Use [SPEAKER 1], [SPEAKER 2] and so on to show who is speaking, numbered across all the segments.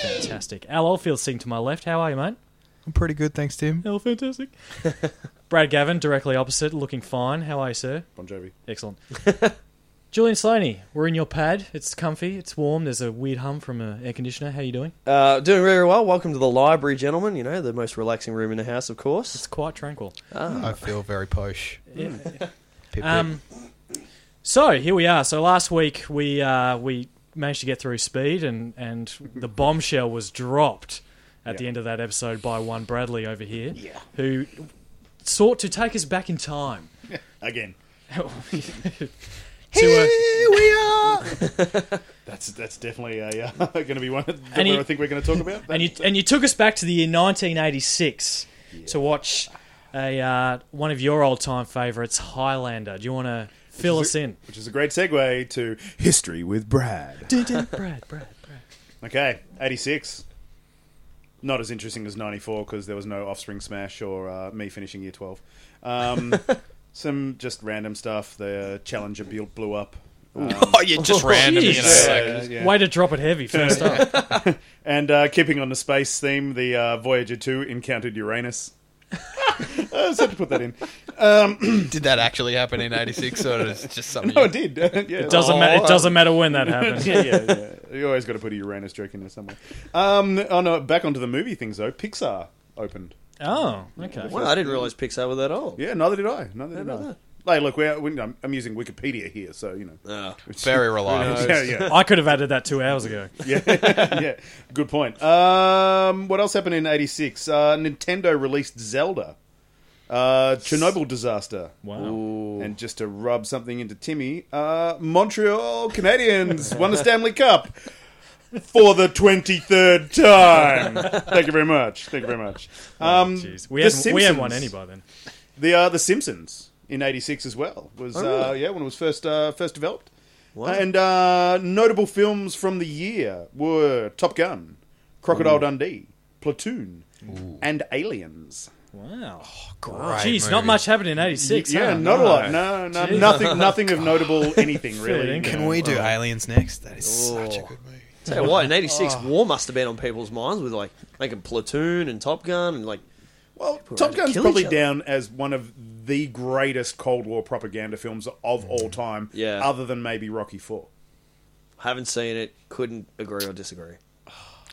[SPEAKER 1] fantastic. Al Oldfield sitting to my left. How are you, mate?
[SPEAKER 2] I'm pretty good, thanks, Tim.
[SPEAKER 1] Al, fantastic. Brad Gavin, directly opposite, looking fine. How are you, sir?
[SPEAKER 3] Bon Jovi.
[SPEAKER 1] Excellent. Julian Slaney, we're in your pad. It's comfy. It's warm. There's a weird hum from an air conditioner. How you doing?
[SPEAKER 3] Uh, doing very well. Welcome to the library, gentlemen. You know, the most relaxing room in the house, of course.
[SPEAKER 1] It's quite tranquil.
[SPEAKER 2] I feel very posh.
[SPEAKER 1] Yeah.
[SPEAKER 2] Pip, pip.
[SPEAKER 1] Um, so here we are. So last week we uh, we managed to get through speed, and and the bombshell was dropped at the
[SPEAKER 3] Yeah.
[SPEAKER 1] end of that episode by one Bradley over here,
[SPEAKER 3] Yeah.
[SPEAKER 1] who sought to take us back in time.
[SPEAKER 4] Again,
[SPEAKER 1] to uh,
[SPEAKER 2] Here
[SPEAKER 1] a,
[SPEAKER 2] we are.
[SPEAKER 4] that's that's definitely a, uh, going to be one of the
[SPEAKER 1] And you-
[SPEAKER 4] I think we're going to talk about.
[SPEAKER 1] and you and you took us back to the year 1986 to watch a uh, one of your old time favorites, Highlander. Do you want to fill us in?
[SPEAKER 4] which is a great segue to history with Brad.
[SPEAKER 1] Brad, Brad, Brad.
[SPEAKER 4] Okay, eighty six. Not as interesting as ninety four because there was no offspring smash or uh, me finishing year twelve. Um, some just random stuff. The Challenger blew blew up. Um,
[SPEAKER 5] Oh, yeah, just random. You know,
[SPEAKER 1] Jeez.
[SPEAKER 5] like,
[SPEAKER 4] yeah.
[SPEAKER 1] Way to drop it heavy first up.
[SPEAKER 4] And uh, keeping on the space theme, the uh, Voyager two encountered Uranus. I just had to put that in.
[SPEAKER 5] did that actually happen in '86, or is it just something? you-
[SPEAKER 4] No, Oh, it did. yeah, it
[SPEAKER 1] Doesn't matter. It doesn't matter when that happened.
[SPEAKER 4] Oh. yeah, yeah, yeah. You always got to put a Uranus joke in there somewhere. Um, oh no, back onto the movie things though. Pixar opened.
[SPEAKER 1] Oh, okay.
[SPEAKER 5] Well,
[SPEAKER 3] I didn't realise Pixar were that old.
[SPEAKER 4] Yeah, neither did I. Neither did I. Like, look, we're, we I'm, I'm using Wikipedia here, so you know.
[SPEAKER 3] Ah.
[SPEAKER 5] Very reliable.
[SPEAKER 4] yeah, yeah,
[SPEAKER 1] I could have added that two hours ago.
[SPEAKER 4] yeah, yeah. Good point. Um, what else happened in '86? Uh, Nintendo released Zelda, uh, Chernobyl disaster,
[SPEAKER 1] Wow.
[SPEAKER 4] and just to rub something into Timmy, uh, Montreal Canadiens won the Stanley Cup for the twenty-third time. Thank you very much. Thank you very much. Um,
[SPEAKER 1] Oh, Jeez. We
[SPEAKER 4] The
[SPEAKER 1] hadn't, we hadn't won any
[SPEAKER 4] Simpsons.
[SPEAKER 1] by then.
[SPEAKER 4] The uh, the Simpsons in '86 as well
[SPEAKER 1] Oh,
[SPEAKER 4] was uh, yeah when it was first uh, first developed. And uh, notable films from the year were Top Gun, Crocodile Dundee, Platoon, and Aliens.
[SPEAKER 1] Wow.
[SPEAKER 5] Great
[SPEAKER 1] Jeez,
[SPEAKER 5] movie.
[SPEAKER 1] Oh, not much happened in '86.
[SPEAKER 4] yeah,
[SPEAKER 1] huh?
[SPEAKER 4] not a lot. No, no,
[SPEAKER 1] Jeez.
[SPEAKER 4] nothing, nothing of notable anything really.
[SPEAKER 1] Fitting.
[SPEAKER 4] you
[SPEAKER 2] Can
[SPEAKER 4] know.
[SPEAKER 2] we do aliens next? That is such a
[SPEAKER 3] Oh.
[SPEAKER 2] good movie.
[SPEAKER 3] Tell you what, in '86,
[SPEAKER 4] Oh.
[SPEAKER 3] war must have been on people's minds with like making Platoon and Top Gun and like.
[SPEAKER 4] Well,
[SPEAKER 3] around
[SPEAKER 4] Top
[SPEAKER 3] to
[SPEAKER 4] Gun's
[SPEAKER 3] kill
[SPEAKER 4] probably
[SPEAKER 3] each other.
[SPEAKER 4] down as one of the greatest Cold War propaganda films of all time.
[SPEAKER 3] Yeah.
[SPEAKER 4] other than maybe Rocky Four.
[SPEAKER 3] Haven't seen it. Couldn't agree or disagree.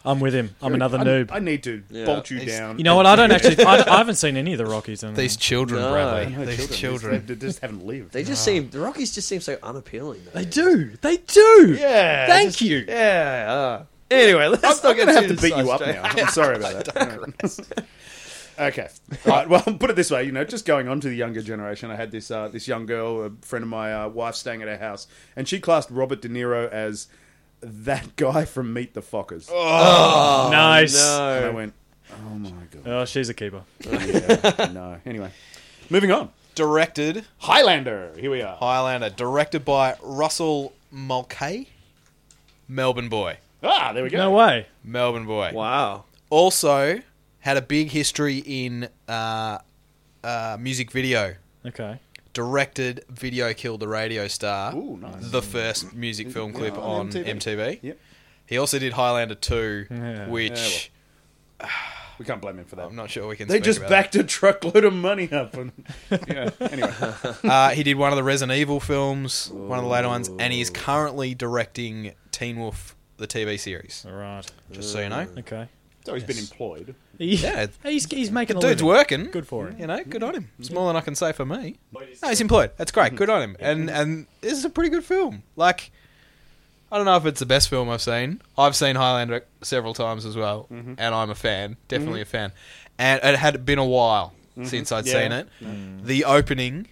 [SPEAKER 1] I'm with him. I'm another
[SPEAKER 4] I,
[SPEAKER 1] noob.
[SPEAKER 4] I need to
[SPEAKER 3] Yeah.
[SPEAKER 4] bolt you
[SPEAKER 5] He's-
[SPEAKER 4] down.
[SPEAKER 1] you know what? I don't actually. I, I haven't seen any of the Rockies. I
[SPEAKER 5] These children,
[SPEAKER 3] No.
[SPEAKER 5] Bradley.
[SPEAKER 4] No,
[SPEAKER 5] These
[SPEAKER 4] They-
[SPEAKER 5] children.
[SPEAKER 4] They just haven't lived.
[SPEAKER 3] They just seem the Rockies just seem so unappealing. Though.
[SPEAKER 1] they do. They do.
[SPEAKER 3] Yeah.
[SPEAKER 1] Thank
[SPEAKER 3] just-
[SPEAKER 1] you.
[SPEAKER 3] Yeah. uh, anyway, let's not
[SPEAKER 4] I'm
[SPEAKER 3] get
[SPEAKER 4] gonna have
[SPEAKER 3] too
[SPEAKER 4] to beat you up
[SPEAKER 3] sidetracked.
[SPEAKER 4] now. I'm sorry about that. okay. All right. Well, put it this way. You know, just going on to the younger generation. I had this uh, this young girl, a friend of my uh, wife, staying at her house, and she classed Robert De Niro as that guy from Meet the Fockers. Oh,
[SPEAKER 1] nice.
[SPEAKER 4] and I
[SPEAKER 3] No.
[SPEAKER 4] went, oh my god,
[SPEAKER 1] Oh, she's a keeper.
[SPEAKER 4] no. Anyway, moving on.
[SPEAKER 5] Directed
[SPEAKER 4] Highlander. Here we are.
[SPEAKER 5] Highlander. Directed by Russell Mulcahy. Melbourne boy.
[SPEAKER 4] Ah, there we go.
[SPEAKER 1] No way.
[SPEAKER 5] Melbourne boy.
[SPEAKER 3] Wow.
[SPEAKER 5] Also had a big history in uh, uh, music video.
[SPEAKER 1] Okay.
[SPEAKER 5] Directed Video Killed the Radio Star.
[SPEAKER 4] Ooh, nice.
[SPEAKER 5] The first music film clip
[SPEAKER 4] Yeah,
[SPEAKER 5] on
[SPEAKER 4] on
[SPEAKER 5] MTV.
[SPEAKER 4] MTV. Yep.
[SPEAKER 5] He also did Highlander 2,
[SPEAKER 1] Yeah.
[SPEAKER 5] which
[SPEAKER 4] Yeah, well. We can't blame him for that.
[SPEAKER 5] I'm not sure we can
[SPEAKER 4] They
[SPEAKER 5] speak
[SPEAKER 4] just
[SPEAKER 5] about
[SPEAKER 4] backed a truckload of money up. And, yeah. Anyway.
[SPEAKER 5] Uh, he did one of the Resident Evil films, one of the later ones, and he's currently directing Teen Wolf, the TV series.
[SPEAKER 1] All right.
[SPEAKER 5] Just so you know,
[SPEAKER 1] Okay.
[SPEAKER 4] So he's been employed.
[SPEAKER 5] Yeah.
[SPEAKER 1] He's, he's making a
[SPEAKER 5] dude's
[SPEAKER 1] living.
[SPEAKER 5] working.
[SPEAKER 1] Good for him.
[SPEAKER 5] You know, good on him. It's more than I can say for me. No, he's employed. That's
[SPEAKER 4] Mm-hmm.
[SPEAKER 5] great. Good on him. And and this is a pretty good film. Like, I don't know if it's the best film I've seen. I've seen Highlander several times as well,
[SPEAKER 4] Mm-hmm.
[SPEAKER 5] and I'm a fan. Definitely a fan. And it had been a while since I'd
[SPEAKER 4] Mm-hmm. Yeah. Mm.
[SPEAKER 5] seen it. The opening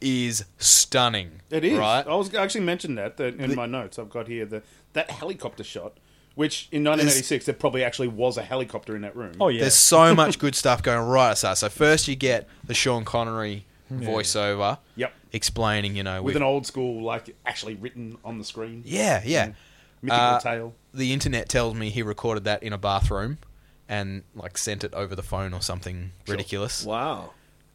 [SPEAKER 5] is stunning.
[SPEAKER 4] It is. Oh,
[SPEAKER 5] right.
[SPEAKER 4] I was I actually mentioned that, that in my notes. I've got here the that helicopter shot, which in 1986 there probably actually was a helicopter in that room.
[SPEAKER 1] Oh yeah.
[SPEAKER 5] There's so much good stuff going right at us. So first you get the Sean Connery voiceover.
[SPEAKER 4] Yep.
[SPEAKER 5] Explaining, you know,
[SPEAKER 4] with
[SPEAKER 5] we've-
[SPEAKER 4] an old school like actually written on the screen.
[SPEAKER 5] yeah, yeah.
[SPEAKER 4] Mm. mythical
[SPEAKER 5] Uh,
[SPEAKER 4] tale.
[SPEAKER 5] The internet tells me he recorded that in a bathroom and like sent it over the phone or something ridiculous.
[SPEAKER 3] Wow.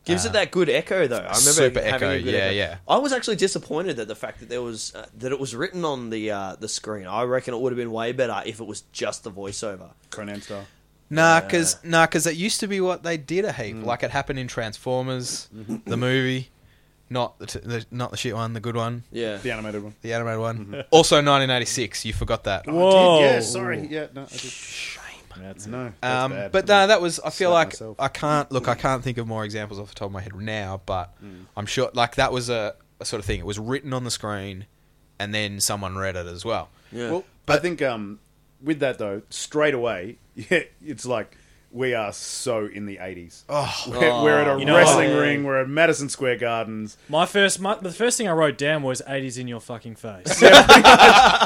[SPEAKER 3] Gives it that good echo though. I remember
[SPEAKER 5] Uh, super
[SPEAKER 3] having
[SPEAKER 5] echo,
[SPEAKER 3] a good
[SPEAKER 5] yeah,
[SPEAKER 3] echo.
[SPEAKER 5] yeah.
[SPEAKER 3] I was actually disappointed at the fact that there was uh, that it was written on the uh, the screen. I reckon it would have been way better if it was just the voiceover.
[SPEAKER 4] Conan style.
[SPEAKER 5] Nah, because nah, 'cause that used to be what they did a heap. Like it happened in Transformers, the movie, not the, t- the not the shit one, the good one,
[SPEAKER 3] Yeah,
[SPEAKER 4] The animated one.
[SPEAKER 5] the animated one. Also, 1986. You forgot that.
[SPEAKER 4] Oh, I
[SPEAKER 1] Whoa.
[SPEAKER 4] did, yeah, sorry. Yeah, no, I did.
[SPEAKER 1] That's
[SPEAKER 4] No. that's
[SPEAKER 5] Um,
[SPEAKER 4] bad.
[SPEAKER 5] but no, that was. I feel
[SPEAKER 4] Slap
[SPEAKER 5] like
[SPEAKER 4] myself.
[SPEAKER 5] I can't look. I can't think of more examples off the top of my head now. But I'm sure, like that was a, a sort of thing. It was written on the screen, and then someone read it as well.
[SPEAKER 3] yeah.
[SPEAKER 4] Well, I think um, with that though, straight away, yeah, it's like we are so in the eighties. Oh, we're, we're at a
[SPEAKER 1] You know
[SPEAKER 4] wrestling
[SPEAKER 3] what?
[SPEAKER 4] ring. We're at Madison Square Gardens.
[SPEAKER 1] My first, my, the first thing I wrote down was "80s in your fucking face."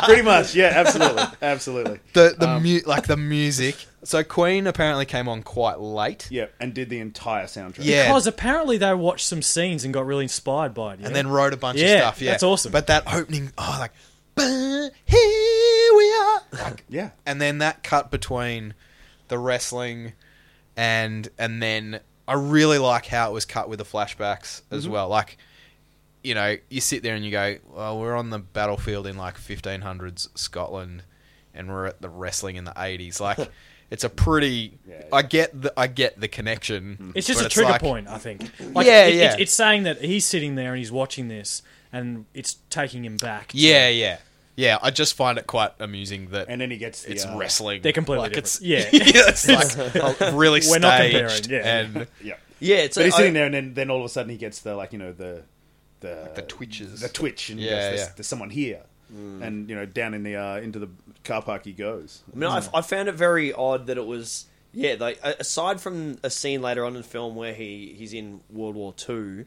[SPEAKER 4] Pretty much, yeah, absolutely, absolutely.
[SPEAKER 5] The the mu- like the music. Um, So Queen apparently came on quite late.
[SPEAKER 4] Yeah, and did the entire soundtrack.
[SPEAKER 5] Yeah.
[SPEAKER 1] Because apparently they watched some scenes and got really inspired by it. yeah?
[SPEAKER 5] and then wrote a bunch
[SPEAKER 1] Yeah,
[SPEAKER 5] of stuff. Yeah,
[SPEAKER 1] that's awesome.
[SPEAKER 5] But that opening, oh, like, "Bah, here we are. Like,
[SPEAKER 4] yeah.
[SPEAKER 5] and then that cut between the wrestling and and then I really like how it was cut with the flashbacks as
[SPEAKER 1] Mm-hmm.
[SPEAKER 5] well. Like, you know, you sit there and you go, "Well, we're on the battlefield in like 1500s Scotland, and we're at the wrestling in the 80s." Like. It's a pretty.
[SPEAKER 4] Yeah, Mm-hmm.
[SPEAKER 5] I get the I get the connection.
[SPEAKER 1] it's just
[SPEAKER 5] but
[SPEAKER 1] a trigger
[SPEAKER 5] like-
[SPEAKER 1] point, I think. Like,
[SPEAKER 5] Yeah,
[SPEAKER 1] it- it-
[SPEAKER 5] yeah.
[SPEAKER 1] it's saying that he's sitting there and he's watching this, and it's taking him back. to-
[SPEAKER 5] Yeah, yeah, yeah. I just find it quite amusing that
[SPEAKER 4] And then he gets the,
[SPEAKER 5] it's
[SPEAKER 4] uh,
[SPEAKER 5] wrestling.
[SPEAKER 1] They're completely
[SPEAKER 5] like it's
[SPEAKER 1] different. Yeah.
[SPEAKER 5] it's like a- really
[SPEAKER 1] We're
[SPEAKER 5] staged.
[SPEAKER 1] not comparing, yeah.
[SPEAKER 5] and
[SPEAKER 4] Yeah,
[SPEAKER 3] yeah. It's
[SPEAKER 4] but
[SPEAKER 3] a,
[SPEAKER 4] he's sitting
[SPEAKER 3] I-
[SPEAKER 4] there, and then, then all of a sudden he gets the like you know the the
[SPEAKER 5] the twitches.
[SPEAKER 4] the twitch, and he
[SPEAKER 5] Yeah,
[SPEAKER 4] goes, there's,
[SPEAKER 5] yeah.
[SPEAKER 4] there's someone here, and you know down in the uh, into the car park he goes.
[SPEAKER 3] I mean,
[SPEAKER 5] Hmm.
[SPEAKER 3] I, I found it very odd that it was. Yeah, like a- aside from a scene later on in the film where he he's in World War Two,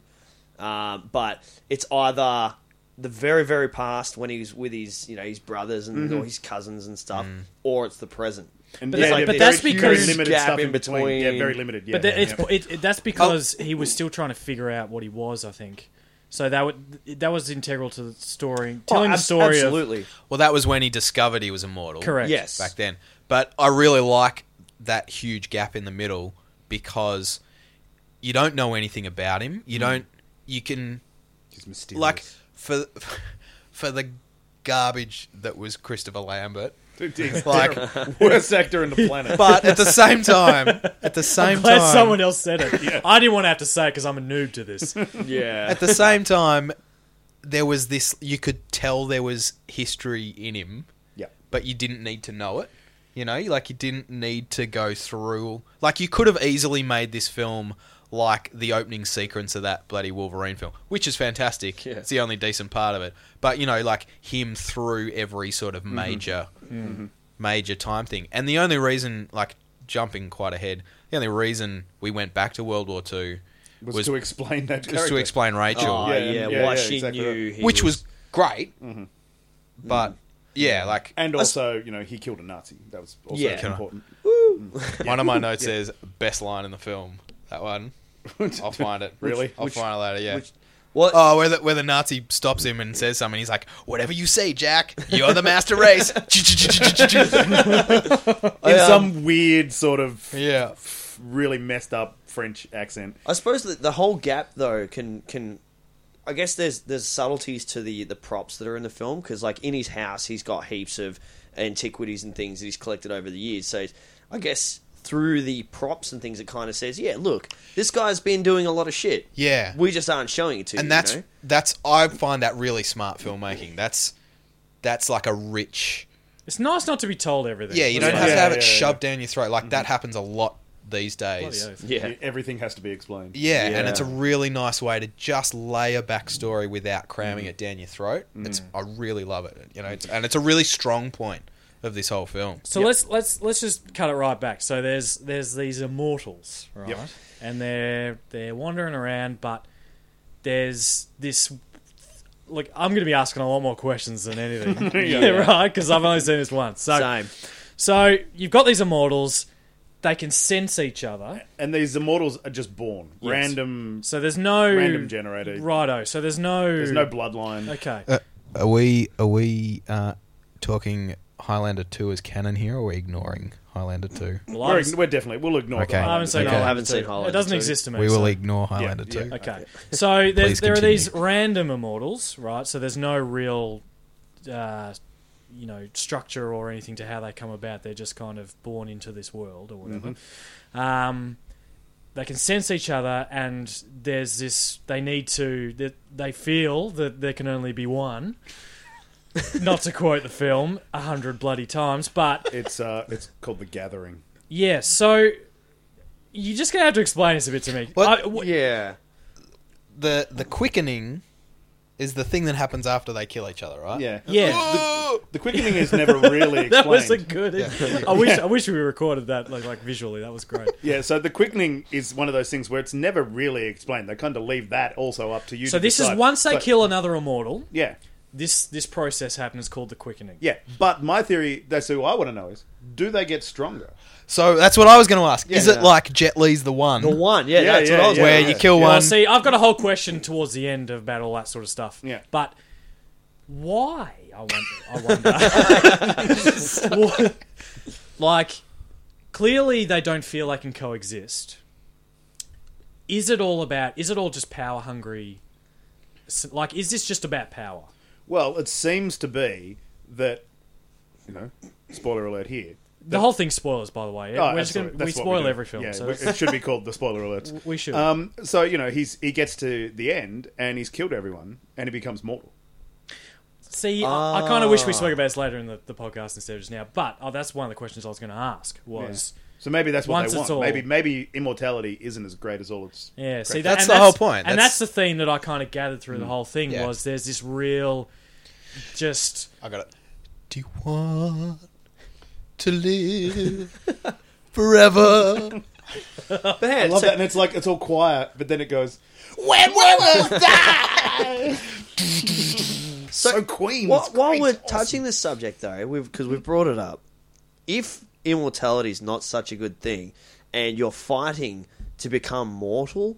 [SPEAKER 3] um, but it's either the very very past when he's with his you know his brothers and
[SPEAKER 5] Mm-hmm.
[SPEAKER 3] or his cousins and stuff,
[SPEAKER 5] Hmm.
[SPEAKER 3] or it's the present.
[SPEAKER 4] And
[SPEAKER 1] But
[SPEAKER 4] yeah,
[SPEAKER 1] that-
[SPEAKER 4] yeah,
[SPEAKER 1] but
[SPEAKER 4] very
[SPEAKER 1] that's
[SPEAKER 4] huge
[SPEAKER 1] because-
[SPEAKER 4] limited
[SPEAKER 3] gap
[SPEAKER 4] stuff
[SPEAKER 3] in
[SPEAKER 4] in between.
[SPEAKER 3] between.
[SPEAKER 4] Yeah, very limited. Yeah,
[SPEAKER 1] But the-
[SPEAKER 4] yeah,
[SPEAKER 1] it's,
[SPEAKER 4] yeah.
[SPEAKER 1] It, it- that's because he was still trying to figure out what he was. I think so. That would that was integral to the story, telling
[SPEAKER 3] Oh,
[SPEAKER 1] the
[SPEAKER 3] abs-
[SPEAKER 1] story. Of,
[SPEAKER 3] absolutely.
[SPEAKER 5] well, that was when he discovered he was immortal.
[SPEAKER 1] Correct.
[SPEAKER 3] Yes.
[SPEAKER 5] Back then, but I really like that huge gap in the middle because you don't know anything about him.
[SPEAKER 3] Mm.
[SPEAKER 5] You don't. You can
[SPEAKER 4] He's mysterious.
[SPEAKER 5] like for for the garbage that was Christopher Lambert.
[SPEAKER 4] He's
[SPEAKER 5] Like-
[SPEAKER 4] terrible. worst actor in the planet.
[SPEAKER 5] But at the same time, at the same
[SPEAKER 1] Glad
[SPEAKER 5] time,
[SPEAKER 1] someone else said it. I didn't want to have to say it because I'm a noob to this.
[SPEAKER 3] Yeah.
[SPEAKER 5] at the same time, there was this. You could tell there was history in him,
[SPEAKER 4] yeah,
[SPEAKER 5] but you didn't need to know it. You know, like you didn't need to go through. Like you could have easily made this film like the opening sequence of that bloody Wolverine film, which is fantastic.
[SPEAKER 3] Yeah.
[SPEAKER 5] It's the only decent part of it. But you know, like him through every sort of major, major time thing. And the only reason, like jumping quite ahead, the only reason we went back to World War Two
[SPEAKER 4] was,
[SPEAKER 5] was,
[SPEAKER 4] to explain that
[SPEAKER 5] was
[SPEAKER 4] character.
[SPEAKER 5] to explain Rachel
[SPEAKER 3] Oh,
[SPEAKER 4] Yeah,
[SPEAKER 3] yeah,
[SPEAKER 4] yeah,
[SPEAKER 3] why
[SPEAKER 4] yeah,
[SPEAKER 3] she
[SPEAKER 4] exactly
[SPEAKER 3] knew, he
[SPEAKER 5] which was, great. But yeah, like
[SPEAKER 4] and also, you know, he killed a Nazi. That was also
[SPEAKER 3] Yeah.
[SPEAKER 4] important.
[SPEAKER 5] one of my notes says best line in the film. That one. I'll find it.
[SPEAKER 4] Really?
[SPEAKER 5] I'll
[SPEAKER 4] Which-
[SPEAKER 5] find it later. Yeah.
[SPEAKER 3] What?
[SPEAKER 5] Oh, where the, where the Nazi stops him and says something, he's like, "Whatever you say, Jack. You're the master race."
[SPEAKER 4] In
[SPEAKER 3] um,
[SPEAKER 4] some weird sort of
[SPEAKER 5] yeah.
[SPEAKER 4] really messed up French accent.
[SPEAKER 3] I suppose that the whole gap though can can. I guess there's there's subtleties to the the props that are in the film because like in his house he's got heaps of antiquities and things that he's collected over the years. So I guess through the props and things it kind of says, yeah, look, this guy's been doing a lot of shit.
[SPEAKER 5] Yeah.
[SPEAKER 3] we just aren't showing it to you.
[SPEAKER 5] and that's
[SPEAKER 3] you know?
[SPEAKER 5] that's I find that really smart filmmaking. That's that's like a rich.
[SPEAKER 1] It's nice not to be told everything.
[SPEAKER 5] Yeah, you don't have to
[SPEAKER 4] Yeah,
[SPEAKER 5] have it
[SPEAKER 4] yeah, Mm-hmm.
[SPEAKER 5] shoved down your throat. Like that happens a lot these days.
[SPEAKER 1] Bloody oath.
[SPEAKER 3] yeah.
[SPEAKER 4] Everything has to be explained.
[SPEAKER 5] Yeah, and it's a
[SPEAKER 3] Yeah.
[SPEAKER 5] really nice way to just lay a backstory without cramming it down your throat. It's I really love it. You know, it's, and it's a really strong point of this whole film.
[SPEAKER 1] So let's let's let's just cut it right back. So there's there's these immortals, right?
[SPEAKER 4] Yep.
[SPEAKER 1] And they're they're wandering around, but there's this. Look, I'm going to be asking a lot more questions than anything, yeah, right? Because I've only seen this once. So,
[SPEAKER 3] Same.
[SPEAKER 1] so you've got these immortals. They can sense each other.
[SPEAKER 4] And these immortals are just born. Random.
[SPEAKER 1] So there's no
[SPEAKER 4] Random generator.
[SPEAKER 1] Righto. So there's no
[SPEAKER 4] There's no bloodline.
[SPEAKER 1] Okay.
[SPEAKER 5] Are we are we uh, talking Highlander 2 as canon here, or are we ignoring Highlander 2?
[SPEAKER 1] Well, I
[SPEAKER 4] We're,
[SPEAKER 1] haven't-
[SPEAKER 4] we're definitely we'll ignore.
[SPEAKER 5] Okay.
[SPEAKER 4] that.
[SPEAKER 1] I haven't seen
[SPEAKER 5] Okay.
[SPEAKER 1] Highlander
[SPEAKER 5] I
[SPEAKER 3] haven't
[SPEAKER 1] two.
[SPEAKER 3] seen Highlander
[SPEAKER 1] It doesn't
[SPEAKER 3] two.
[SPEAKER 1] exist to me.
[SPEAKER 5] We
[SPEAKER 1] so-
[SPEAKER 5] will ignore Highlander
[SPEAKER 4] yeah.
[SPEAKER 5] 2.
[SPEAKER 1] Okay. So there's,
[SPEAKER 5] Please
[SPEAKER 1] there are
[SPEAKER 5] continue.
[SPEAKER 1] these random immortals, right? So there's no real, uh, you know, structure or anything to how they come about. They're just kind of born into this world or whatever.
[SPEAKER 5] Mm-hmm.
[SPEAKER 1] Um, they can sense each other, and there's this. They need to. They, they feel that there can only be one. Not to quote the film a hundred bloody times, but
[SPEAKER 4] It's uh, it's called the Gathering.
[SPEAKER 1] yeah. So you're just gonna have to explain this a bit to me.
[SPEAKER 5] What?
[SPEAKER 1] I- wh-
[SPEAKER 3] Yeah.
[SPEAKER 5] The, the quickening is the thing that happens after they kill each other, right?
[SPEAKER 4] Yeah,
[SPEAKER 1] yeah.
[SPEAKER 5] Oh!
[SPEAKER 4] The, the quickening is never really explained.
[SPEAKER 1] That was a good. I wish I wish we recorded that like like visually. That was great.
[SPEAKER 4] Yeah, so the quickening is one of those things where it's never really explained. They kind of leave that also up to you.
[SPEAKER 1] So
[SPEAKER 4] to
[SPEAKER 1] this is
[SPEAKER 4] decide.
[SPEAKER 1] once they
[SPEAKER 4] But-
[SPEAKER 1] kill another immortal,
[SPEAKER 4] Yeah,
[SPEAKER 1] this this process happens called the quickening.
[SPEAKER 4] yeah. But my theory, that's who I want to know is, do they get stronger?
[SPEAKER 5] So that's what I was going to ask. is
[SPEAKER 3] yeah.
[SPEAKER 5] it like Jet Li's the one?
[SPEAKER 3] The one, yeah,
[SPEAKER 4] Yeah,
[SPEAKER 3] that's what
[SPEAKER 4] yeah,
[SPEAKER 3] I was
[SPEAKER 4] yeah.
[SPEAKER 5] Where
[SPEAKER 3] where
[SPEAKER 5] you kill
[SPEAKER 1] Well, um,
[SPEAKER 5] one.
[SPEAKER 1] see, I've got a whole question towards the end about all that sort of stuff.
[SPEAKER 4] Yeah.
[SPEAKER 1] But why? I wonder. I wonder. What- like, clearly they don't feel they can coexist. Is it all about? Is it all just power hungry? S- Like, is this just about power?
[SPEAKER 4] Well, it seems to be that, you know, spoiler alert here.
[SPEAKER 1] The whole thing spoilers, by the way.
[SPEAKER 4] Oh,
[SPEAKER 1] We're just gonna,
[SPEAKER 4] absolutely.
[SPEAKER 1] we
[SPEAKER 4] That's what
[SPEAKER 1] spoil
[SPEAKER 4] do.
[SPEAKER 1] every film,
[SPEAKER 4] Yeah,
[SPEAKER 1] so
[SPEAKER 4] we- it should be called the spoiler alert.
[SPEAKER 1] we should.
[SPEAKER 4] Um, so you know he's he gets to the end and he's killed everyone and he becomes mortal.
[SPEAKER 1] See, I, I kind of wish we
[SPEAKER 4] Ah.
[SPEAKER 1] spoke about this later in the, the podcast instead of just now. But oh, that's one of the questions I was going to ask was.
[SPEAKER 4] So maybe that's what
[SPEAKER 1] Once
[SPEAKER 4] they
[SPEAKER 1] it's
[SPEAKER 4] want.
[SPEAKER 1] all-
[SPEAKER 4] Maybe maybe immortality isn't as great as all it's.
[SPEAKER 1] Yeah, see,
[SPEAKER 4] Great. Mm.
[SPEAKER 1] that,
[SPEAKER 5] That's
[SPEAKER 1] and
[SPEAKER 5] the whole point.
[SPEAKER 1] and that's
[SPEAKER 5] That's-
[SPEAKER 1] the theme that I kind of gathered through the whole thing
[SPEAKER 5] Yeah.
[SPEAKER 1] was there's this real, just
[SPEAKER 5] I got it. Do you want to live forever?
[SPEAKER 4] I love that, and it's like it's all quiet, but then it goes
[SPEAKER 5] when will
[SPEAKER 4] so, Queen.
[SPEAKER 3] While,
[SPEAKER 4] it's
[SPEAKER 3] while
[SPEAKER 4] "Oh, great,
[SPEAKER 3] we're
[SPEAKER 4] it's awesome."
[SPEAKER 3] touching this subject, though, we've because we've brought it up, if immortality is not such a good thing, and you're fighting to become mortal,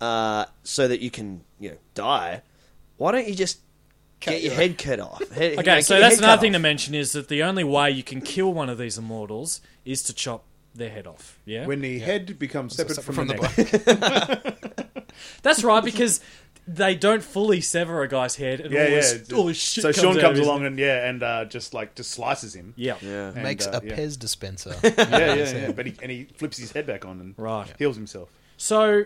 [SPEAKER 3] uh, so that you can you know die, why don't you just get your head cut off? Head- you know,
[SPEAKER 1] okay.
[SPEAKER 3] get
[SPEAKER 1] So
[SPEAKER 3] your
[SPEAKER 1] that's
[SPEAKER 3] head
[SPEAKER 1] another
[SPEAKER 3] cut
[SPEAKER 1] thing to
[SPEAKER 3] off.
[SPEAKER 1] mention is that the only way you can kill one of these immortals is to chop their head off. Yeah,
[SPEAKER 4] when the head becomes separate from, the, neck.
[SPEAKER 1] that's right because they don't fully sever a guy's head and
[SPEAKER 4] Yeah,
[SPEAKER 1] all,
[SPEAKER 4] yeah.
[SPEAKER 1] This, all this shit.
[SPEAKER 4] so
[SPEAKER 1] comes
[SPEAKER 4] Sean
[SPEAKER 1] out of
[SPEAKER 4] comes
[SPEAKER 1] his-
[SPEAKER 4] along and yeah, and uh, just like just slices him.
[SPEAKER 1] Yeah.
[SPEAKER 3] Yeah.
[SPEAKER 4] And,
[SPEAKER 5] Makes
[SPEAKER 4] uh,
[SPEAKER 5] a
[SPEAKER 4] yeah.
[SPEAKER 5] Pez dispenser.
[SPEAKER 4] Yeah, yeah, yeah. But he, and he flips his head back on and
[SPEAKER 1] Right.
[SPEAKER 4] heals himself.
[SPEAKER 1] So,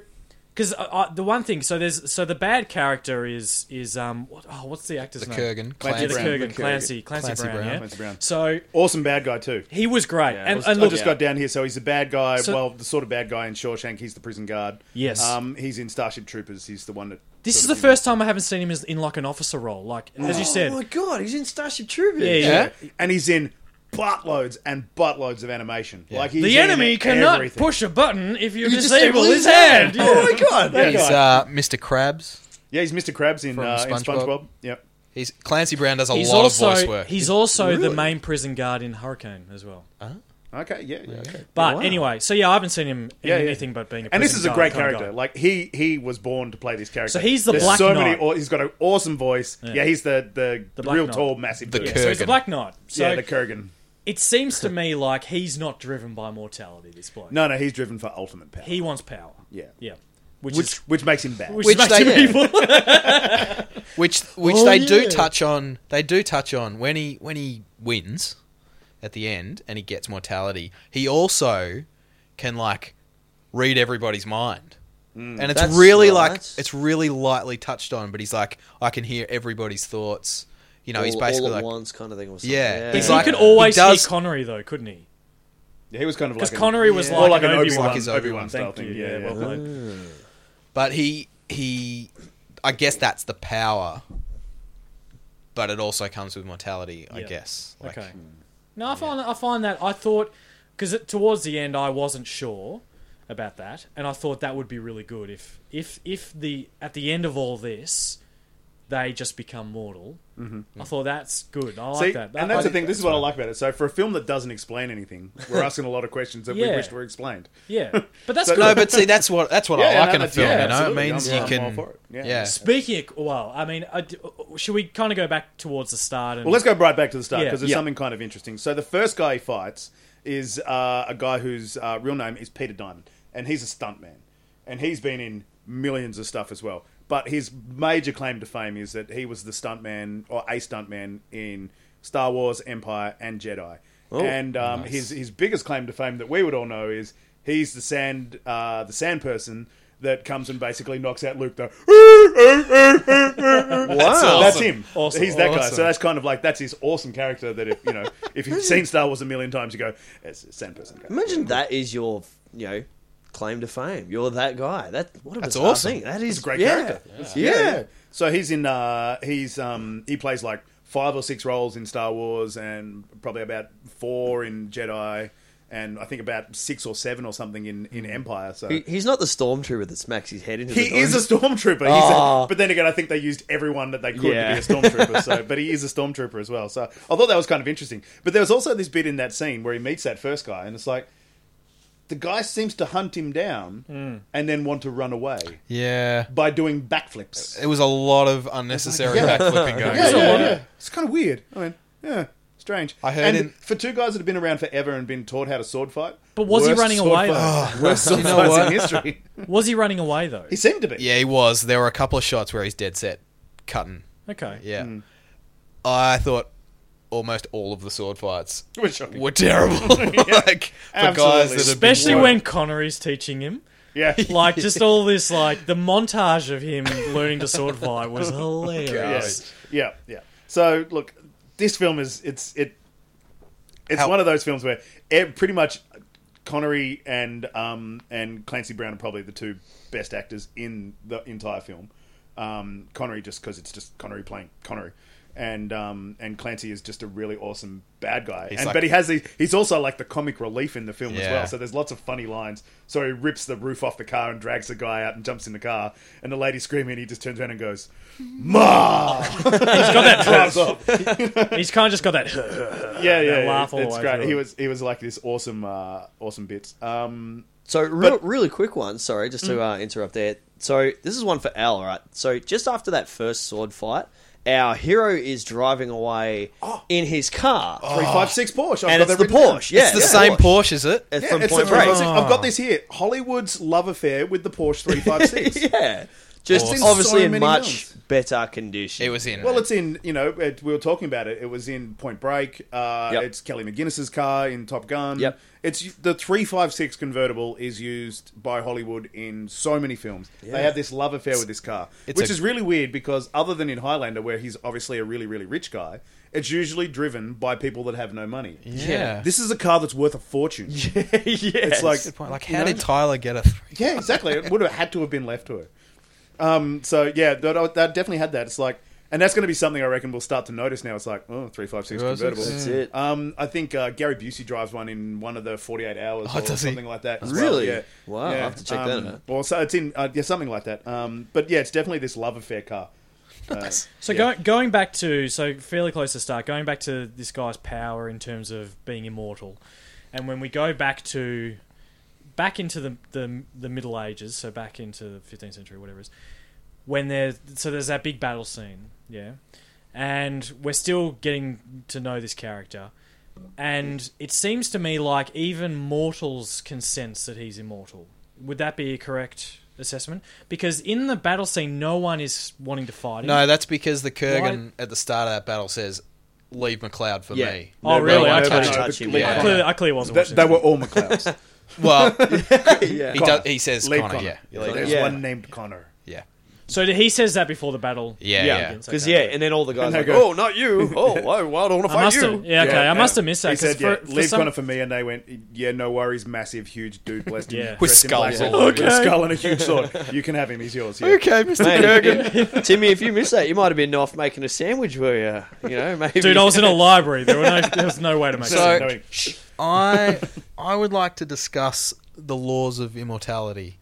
[SPEAKER 1] because I, I, the one thing, so there's so the bad character is is um what, oh, what's the actor's
[SPEAKER 5] The
[SPEAKER 1] name?
[SPEAKER 5] Kurgan.
[SPEAKER 4] Clancy
[SPEAKER 1] Yeah, the
[SPEAKER 4] Brown.
[SPEAKER 1] Kurgan,
[SPEAKER 4] The Kurgan.
[SPEAKER 1] Clancy, Clancy,
[SPEAKER 5] Clancy
[SPEAKER 1] Brown,
[SPEAKER 5] Brown.
[SPEAKER 1] yeah.
[SPEAKER 4] Clancy Brown.
[SPEAKER 1] So
[SPEAKER 4] Awesome bad guy too.
[SPEAKER 1] he was great,
[SPEAKER 3] Yeah, I
[SPEAKER 1] and,
[SPEAKER 3] was-
[SPEAKER 1] and
[SPEAKER 4] I
[SPEAKER 1] look, uh,
[SPEAKER 4] just got down here, so he's a bad guy.
[SPEAKER 1] So-
[SPEAKER 4] well, the sort of bad guy in Shawshank. He's the prison guard.
[SPEAKER 1] Yes.
[SPEAKER 4] Um, he's in Starship Troopers. He's the one that.
[SPEAKER 1] this
[SPEAKER 4] sort
[SPEAKER 1] is the
[SPEAKER 4] of-
[SPEAKER 1] first time I haven't seen him as, in like an officer role, like as you said.
[SPEAKER 3] Oh my god, he's in Starship Troopers.
[SPEAKER 1] Yeah, yeah.
[SPEAKER 4] Yeah. And he's in buttloads and buttloads of animation. Like he's
[SPEAKER 1] the
[SPEAKER 4] in
[SPEAKER 1] enemy cannot
[SPEAKER 4] everything.
[SPEAKER 1] push a button if you, disable
[SPEAKER 3] disable
[SPEAKER 1] his
[SPEAKER 3] his hand.
[SPEAKER 1] head.
[SPEAKER 3] Oh
[SPEAKER 1] Yeah.
[SPEAKER 3] my god.
[SPEAKER 4] Yeah.
[SPEAKER 5] He's uh, Mr. Krabs.
[SPEAKER 4] Yeah, he's Mr. Krabs in,
[SPEAKER 5] From
[SPEAKER 4] uh, in
[SPEAKER 5] SpongeBob.
[SPEAKER 4] SpongeBob. Yep.
[SPEAKER 5] He's Clancy Brown does a
[SPEAKER 1] He's
[SPEAKER 5] lot
[SPEAKER 1] also
[SPEAKER 5] of voice work.
[SPEAKER 1] he's also the
[SPEAKER 3] Really?
[SPEAKER 1] main prison guard in Hurricane as well.
[SPEAKER 4] Okay. Yeah. yeah okay.
[SPEAKER 1] But
[SPEAKER 3] Wow.
[SPEAKER 1] anyway, so yeah, I haven't seen him in
[SPEAKER 4] Yeah, yeah.
[SPEAKER 1] anything but being a
[SPEAKER 4] And this
[SPEAKER 1] prison
[SPEAKER 4] is a
[SPEAKER 1] guard Oh,
[SPEAKER 4] great
[SPEAKER 1] kind of
[SPEAKER 4] character.
[SPEAKER 1] guy.
[SPEAKER 4] Like he he was born to play this character.
[SPEAKER 1] So he's the
[SPEAKER 4] There's
[SPEAKER 1] Black
[SPEAKER 4] so
[SPEAKER 1] Knight.
[SPEAKER 4] Many, aw- he's got an awesome voice. Yeah, he's the the,
[SPEAKER 1] The Black
[SPEAKER 4] real
[SPEAKER 1] Knight.
[SPEAKER 4] tall, massive.
[SPEAKER 5] The
[SPEAKER 4] dude.
[SPEAKER 1] So he's the
[SPEAKER 5] Kurgan.
[SPEAKER 1] Black Knight. So
[SPEAKER 4] yeah, the Kurgan.
[SPEAKER 1] it seems to me like he's not driven by mortality. This bloke.
[SPEAKER 4] No, no, he's driven for ultimate power.
[SPEAKER 1] he wants power.
[SPEAKER 4] yeah.
[SPEAKER 1] Yeah, which,
[SPEAKER 4] Which
[SPEAKER 1] is
[SPEAKER 4] which makes him bad.
[SPEAKER 1] which,
[SPEAKER 5] Which
[SPEAKER 1] makes
[SPEAKER 5] they-
[SPEAKER 1] him evil.
[SPEAKER 5] which which
[SPEAKER 1] Oh,
[SPEAKER 5] they
[SPEAKER 1] yeah.
[SPEAKER 5] do touch on. They do touch on when he when he wins at the end and he gets mortality. He also can like read everybody's mind, and it's
[SPEAKER 3] That's
[SPEAKER 5] really like
[SPEAKER 3] right.
[SPEAKER 5] it's really lightly touched on. But he's like, I can hear everybody's thoughts. You know, he's
[SPEAKER 3] All-
[SPEAKER 5] basically
[SPEAKER 3] all at
[SPEAKER 5] like,
[SPEAKER 3] once kind of thing. Or something.
[SPEAKER 5] Yeah.
[SPEAKER 3] yeah.
[SPEAKER 5] But
[SPEAKER 1] he
[SPEAKER 5] like-
[SPEAKER 1] could always
[SPEAKER 5] he does-
[SPEAKER 1] see Connery though, couldn't he?
[SPEAKER 4] Yeah, he was kind of like
[SPEAKER 1] Because Connery was
[SPEAKER 4] more
[SPEAKER 1] like,
[SPEAKER 4] like an Obi
[SPEAKER 1] Obi-Wan.
[SPEAKER 4] Wan
[SPEAKER 5] his
[SPEAKER 4] Obi
[SPEAKER 5] Obi-Wan
[SPEAKER 4] Wan style
[SPEAKER 1] Thank you.
[SPEAKER 4] thing.
[SPEAKER 1] Yeah,
[SPEAKER 4] Yeah,
[SPEAKER 1] well
[SPEAKER 4] yeah.
[SPEAKER 1] played.
[SPEAKER 5] but he he, I guess that's the power. But it also comes with mortality, I
[SPEAKER 1] Yeah.
[SPEAKER 5] guess. Like,
[SPEAKER 1] okay.
[SPEAKER 4] hmm.
[SPEAKER 1] No, I find I find that I thought because towards the end I wasn't sure about that, and I thought that would be really good if if if the at the end of all this they just become mortal. Mm-hmm. I thought that's good. I like
[SPEAKER 4] See,
[SPEAKER 1] that.
[SPEAKER 4] and
[SPEAKER 1] I-
[SPEAKER 4] that's the thing. This is what I like about it. So, for a film that doesn't explain anything, we're asking a lot of questions that
[SPEAKER 1] Yeah.
[SPEAKER 4] we wish were explained.
[SPEAKER 1] Yeah, but that's
[SPEAKER 4] So-
[SPEAKER 1] good.
[SPEAKER 5] No, but see, that's what that's what
[SPEAKER 4] Yeah,
[SPEAKER 5] I like
[SPEAKER 4] no,
[SPEAKER 5] in a
[SPEAKER 4] that's-
[SPEAKER 5] film.
[SPEAKER 4] yeah,
[SPEAKER 5] you know, it
[SPEAKER 4] absolutely.
[SPEAKER 5] means
[SPEAKER 4] I'm-
[SPEAKER 5] you
[SPEAKER 4] I'm all
[SPEAKER 5] can.
[SPEAKER 4] for it. Yeah.
[SPEAKER 5] yeah.
[SPEAKER 1] Speaking of, well, I mean, I d uh, should we kind of go back towards the start? And
[SPEAKER 4] Well, let's go right back to the start
[SPEAKER 1] Yeah.
[SPEAKER 4] because there's
[SPEAKER 1] Yeah.
[SPEAKER 4] something kind of interesting. So the first guy he fights is uh, a guy whose uh, real name is Peter Diamond, and he's a stuntman, and he's been in millions of stuff as well. But his major claim to fame is that he was the stuntman or a stuntman in Star Wars, Empire, and Jedi.
[SPEAKER 1] Oh,
[SPEAKER 4] and um, his his biggest claim to fame that we would all know is he's the sand uh, the sand person that comes and basically knocks out Luke. The
[SPEAKER 3] Wow.
[SPEAKER 4] that's him.
[SPEAKER 1] Awesome.
[SPEAKER 4] He's that guy.
[SPEAKER 5] Awesome.
[SPEAKER 4] So that's kind of like that's his awesome character. That if you know, if you've seen Star Wars a million times, you go, "It's the same person." guy."
[SPEAKER 3] Imagine that is your, you know, claim to fame. You're that guy. That what a
[SPEAKER 5] That's
[SPEAKER 3] bizarre
[SPEAKER 5] awesome.
[SPEAKER 3] thing. That is
[SPEAKER 4] He's a great
[SPEAKER 3] yeah.
[SPEAKER 4] character.
[SPEAKER 3] Yeah.
[SPEAKER 4] So he's in. Uh, he's um, he plays like five or six roles in Star Wars, and probably about four in Jedi, and I think about six or seven or something in in Empire. So.
[SPEAKER 3] He, he's not the stormtrooper that smacks his head into the
[SPEAKER 4] he
[SPEAKER 3] door.
[SPEAKER 4] is a stormtrooper. He's a-
[SPEAKER 1] Ah.
[SPEAKER 3] Oh.
[SPEAKER 4] but then again, I think they used everyone that they could
[SPEAKER 3] Yeah.
[SPEAKER 4] to be a stormtrooper. So, but he is a stormtrooper as well. So I thought that was kind of interesting. But there was also this bit in that scene where he meets that first guy, and it's like the guy seems to hunt him down
[SPEAKER 1] Hmm.
[SPEAKER 4] and then want to run away
[SPEAKER 5] Yeah.
[SPEAKER 4] by doing backflips.
[SPEAKER 5] It was a lot of unnecessary
[SPEAKER 4] Yeah.
[SPEAKER 5] backflipping going
[SPEAKER 4] Yeah,
[SPEAKER 5] on.
[SPEAKER 4] yeah, yeah. It's kind of weird. I mean, yeah, strange.
[SPEAKER 5] I heard
[SPEAKER 4] and
[SPEAKER 5] in-
[SPEAKER 4] for two guys that have been around forever and been taught how to sword fight.
[SPEAKER 1] But was he
[SPEAKER 4] worst
[SPEAKER 1] running
[SPEAKER 4] sword
[SPEAKER 1] away,
[SPEAKER 4] fight- worst sword
[SPEAKER 5] Ah. know
[SPEAKER 4] fights
[SPEAKER 5] what?
[SPEAKER 4] in history.
[SPEAKER 1] was he running away though?
[SPEAKER 4] He seemed to be.
[SPEAKER 5] Yeah, he was. There were a couple of shots where he's dead set cutting.
[SPEAKER 1] Okay.
[SPEAKER 5] Yeah.
[SPEAKER 4] Hmm.
[SPEAKER 5] I thought almost all of the sword fights
[SPEAKER 4] We're shocking.
[SPEAKER 5] were terrible. like for guys
[SPEAKER 4] absolutely.
[SPEAKER 5] that have been-
[SPEAKER 1] Especially
[SPEAKER 4] Whoa.
[SPEAKER 1] when Connery's teaching him.
[SPEAKER 4] Yeah.
[SPEAKER 1] Like just all this, like the montage of him learning to sword fight was hilarious.
[SPEAKER 4] Oh, Yes. Yeah, yeah. So look, this film is it's it it's
[SPEAKER 5] How-
[SPEAKER 4] one of those films where it, pretty much Connery and um and Clancy Brown are probably the two best actors in the entire film. Um, Connery just because it's just Connery playing Connery. And um, and Clancy is just a really awesome bad guy, and
[SPEAKER 5] like-
[SPEAKER 4] but he has the, he's also like the comic relief in the film as
[SPEAKER 5] Yeah.
[SPEAKER 4] well. So there's lots of funny lines. So he rips the roof off the car and drags the guy out and jumps in the car, and the lady's screaming. And he just turns around and goes, "Ma!"
[SPEAKER 1] He's got that.
[SPEAKER 4] drives off. Yeah,
[SPEAKER 1] He's kind of just got that.
[SPEAKER 4] yeah,
[SPEAKER 1] They
[SPEAKER 4] yeah.
[SPEAKER 1] laugh all
[SPEAKER 4] it's
[SPEAKER 1] the way
[SPEAKER 4] great.
[SPEAKER 1] through
[SPEAKER 4] He
[SPEAKER 1] it.
[SPEAKER 4] was he was like this awesome uh, awesome bits. Um,
[SPEAKER 3] So, real, really quick one. Sorry, just to
[SPEAKER 4] Mm.
[SPEAKER 3] uh, interrupt there. So, this is one for Al, right? So, just after that first sword fight, our hero is driving away
[SPEAKER 4] Oh.
[SPEAKER 3] in his car,
[SPEAKER 4] three five six Porsche,
[SPEAKER 3] and
[SPEAKER 4] I've got
[SPEAKER 3] it's
[SPEAKER 4] that
[SPEAKER 3] the
[SPEAKER 4] written down.
[SPEAKER 3] Porsche. Yeah,
[SPEAKER 5] it's the same Porsche, is it?
[SPEAKER 3] It's
[SPEAKER 4] Yeah,
[SPEAKER 3] from
[SPEAKER 4] it's
[SPEAKER 3] Point
[SPEAKER 4] the
[SPEAKER 3] Break.
[SPEAKER 4] 356. I've got this here. Hollywood's love affair with the Porsche three five six.
[SPEAKER 3] yeah, just
[SPEAKER 4] Awesome.
[SPEAKER 3] obviously
[SPEAKER 4] So
[SPEAKER 3] in
[SPEAKER 4] many
[SPEAKER 3] much
[SPEAKER 4] films.
[SPEAKER 3] better condition.
[SPEAKER 5] It was in.
[SPEAKER 4] Well, it's in you know it, we were talking about it. It was in Point Break. Uh,
[SPEAKER 3] Yep.
[SPEAKER 4] It's Kelly McGinnis's car in Top Gun.
[SPEAKER 3] Yep.
[SPEAKER 4] It's the three five six convertible is used by Hollywood in so many films. They have this love affair with this car,
[SPEAKER 5] It's
[SPEAKER 4] which
[SPEAKER 5] a-
[SPEAKER 4] is really weird because other than in Highlander, where he's obviously a really really rich guy, it's usually driven by people that have no money.
[SPEAKER 5] yeah.
[SPEAKER 4] This is a car that's worth a fortune.
[SPEAKER 3] yes.
[SPEAKER 4] It's like
[SPEAKER 5] Good point. Like, how did Tyler get a? Three?
[SPEAKER 4] yeah, exactly. It would have had to have been left to her. Um, so yeah, that, that definitely had that. It's like, and that's going to be something I reckon we'll start to notice now. It's like, oh, three five six
[SPEAKER 5] Three, five, six.
[SPEAKER 4] convertible.
[SPEAKER 3] that's it.
[SPEAKER 4] Um, I think uh, Gary Busey drives one in one of the forty-eight hours
[SPEAKER 5] Oh,
[SPEAKER 4] or
[SPEAKER 5] does he?
[SPEAKER 4] something like that. as well.
[SPEAKER 3] Really?
[SPEAKER 4] Yeah.
[SPEAKER 3] Wow, I'll
[SPEAKER 4] Yeah.
[SPEAKER 3] have to check
[SPEAKER 4] um,
[SPEAKER 3] that out.
[SPEAKER 4] Well, so it's in uh, yeah, something like that. Um, but yeah, it's definitely this love affair car. Uh,
[SPEAKER 1] So going going back to so fairly close to start, going back to this guy's power in terms of being immortal, and when we go back to back into the the, the Middle Ages, so back into the fifteenth century, whatever it is, when there's so there's that big battle scene, yeah, and we're still getting to know this character, and it seems to me like even mortals can sense that he's immortal. Would that be a correct assessment? Because in the battle scene, no one is wanting to fight him.
[SPEAKER 5] No, that's because the Kurgan at the start of that battle says, "Leave McLeod for
[SPEAKER 3] Yeah.
[SPEAKER 5] me."
[SPEAKER 1] Oh,
[SPEAKER 4] Nobody-
[SPEAKER 1] really? I
[SPEAKER 4] nobody
[SPEAKER 1] touched-
[SPEAKER 4] touched him.
[SPEAKER 1] I
[SPEAKER 5] Yeah.
[SPEAKER 1] clearly, I clearly wasn't
[SPEAKER 4] That,
[SPEAKER 1] watching.
[SPEAKER 4] they
[SPEAKER 1] this.
[SPEAKER 4] were all McLeods.
[SPEAKER 5] Well,
[SPEAKER 3] yeah.
[SPEAKER 5] he
[SPEAKER 4] Connor.
[SPEAKER 5] does. He says
[SPEAKER 4] Leave
[SPEAKER 5] Connor.
[SPEAKER 4] Connor.
[SPEAKER 5] Yeah. You leave
[SPEAKER 4] There's
[SPEAKER 3] Yeah.
[SPEAKER 4] one named Connor.
[SPEAKER 5] Yeah.
[SPEAKER 1] So he says that before the battle.
[SPEAKER 5] Yeah.
[SPEAKER 4] Yeah.
[SPEAKER 5] Yeah.
[SPEAKER 1] begins,
[SPEAKER 3] Because
[SPEAKER 1] okay.
[SPEAKER 3] yeah, and then all the guys
[SPEAKER 4] they
[SPEAKER 3] are like,
[SPEAKER 4] go-
[SPEAKER 3] "Oh, not you! Oh, I, I don't want to
[SPEAKER 1] I
[SPEAKER 3] fight
[SPEAKER 1] must
[SPEAKER 3] you."
[SPEAKER 1] have, yeah, okay, I
[SPEAKER 4] yeah.
[SPEAKER 1] must have missed that.
[SPEAKER 4] He
[SPEAKER 1] 'cause
[SPEAKER 4] said,
[SPEAKER 1] for,
[SPEAKER 4] yeah,
[SPEAKER 1] for
[SPEAKER 4] leave
[SPEAKER 1] some-
[SPEAKER 4] Connor for me, and they went, yeah, no worries, massive, huge dude, blessed him.
[SPEAKER 1] Yeah.
[SPEAKER 4] dressed
[SPEAKER 5] With
[SPEAKER 4] in black
[SPEAKER 5] skulls
[SPEAKER 4] suit,
[SPEAKER 5] all
[SPEAKER 4] with a
[SPEAKER 1] over.
[SPEAKER 4] skull and a huge sword. You can have him, he's yours. Yeah.
[SPEAKER 5] Mr.
[SPEAKER 3] Mate, if- Timmy, if you missed that, you might have been off making a sandwich, were you? You know, maybe.
[SPEAKER 1] Dude, I was in a library. There, were no, there was no way to make
[SPEAKER 4] So,
[SPEAKER 1] that.
[SPEAKER 4] no, he- shh,
[SPEAKER 5] I I would like to discuss the laws of immortality,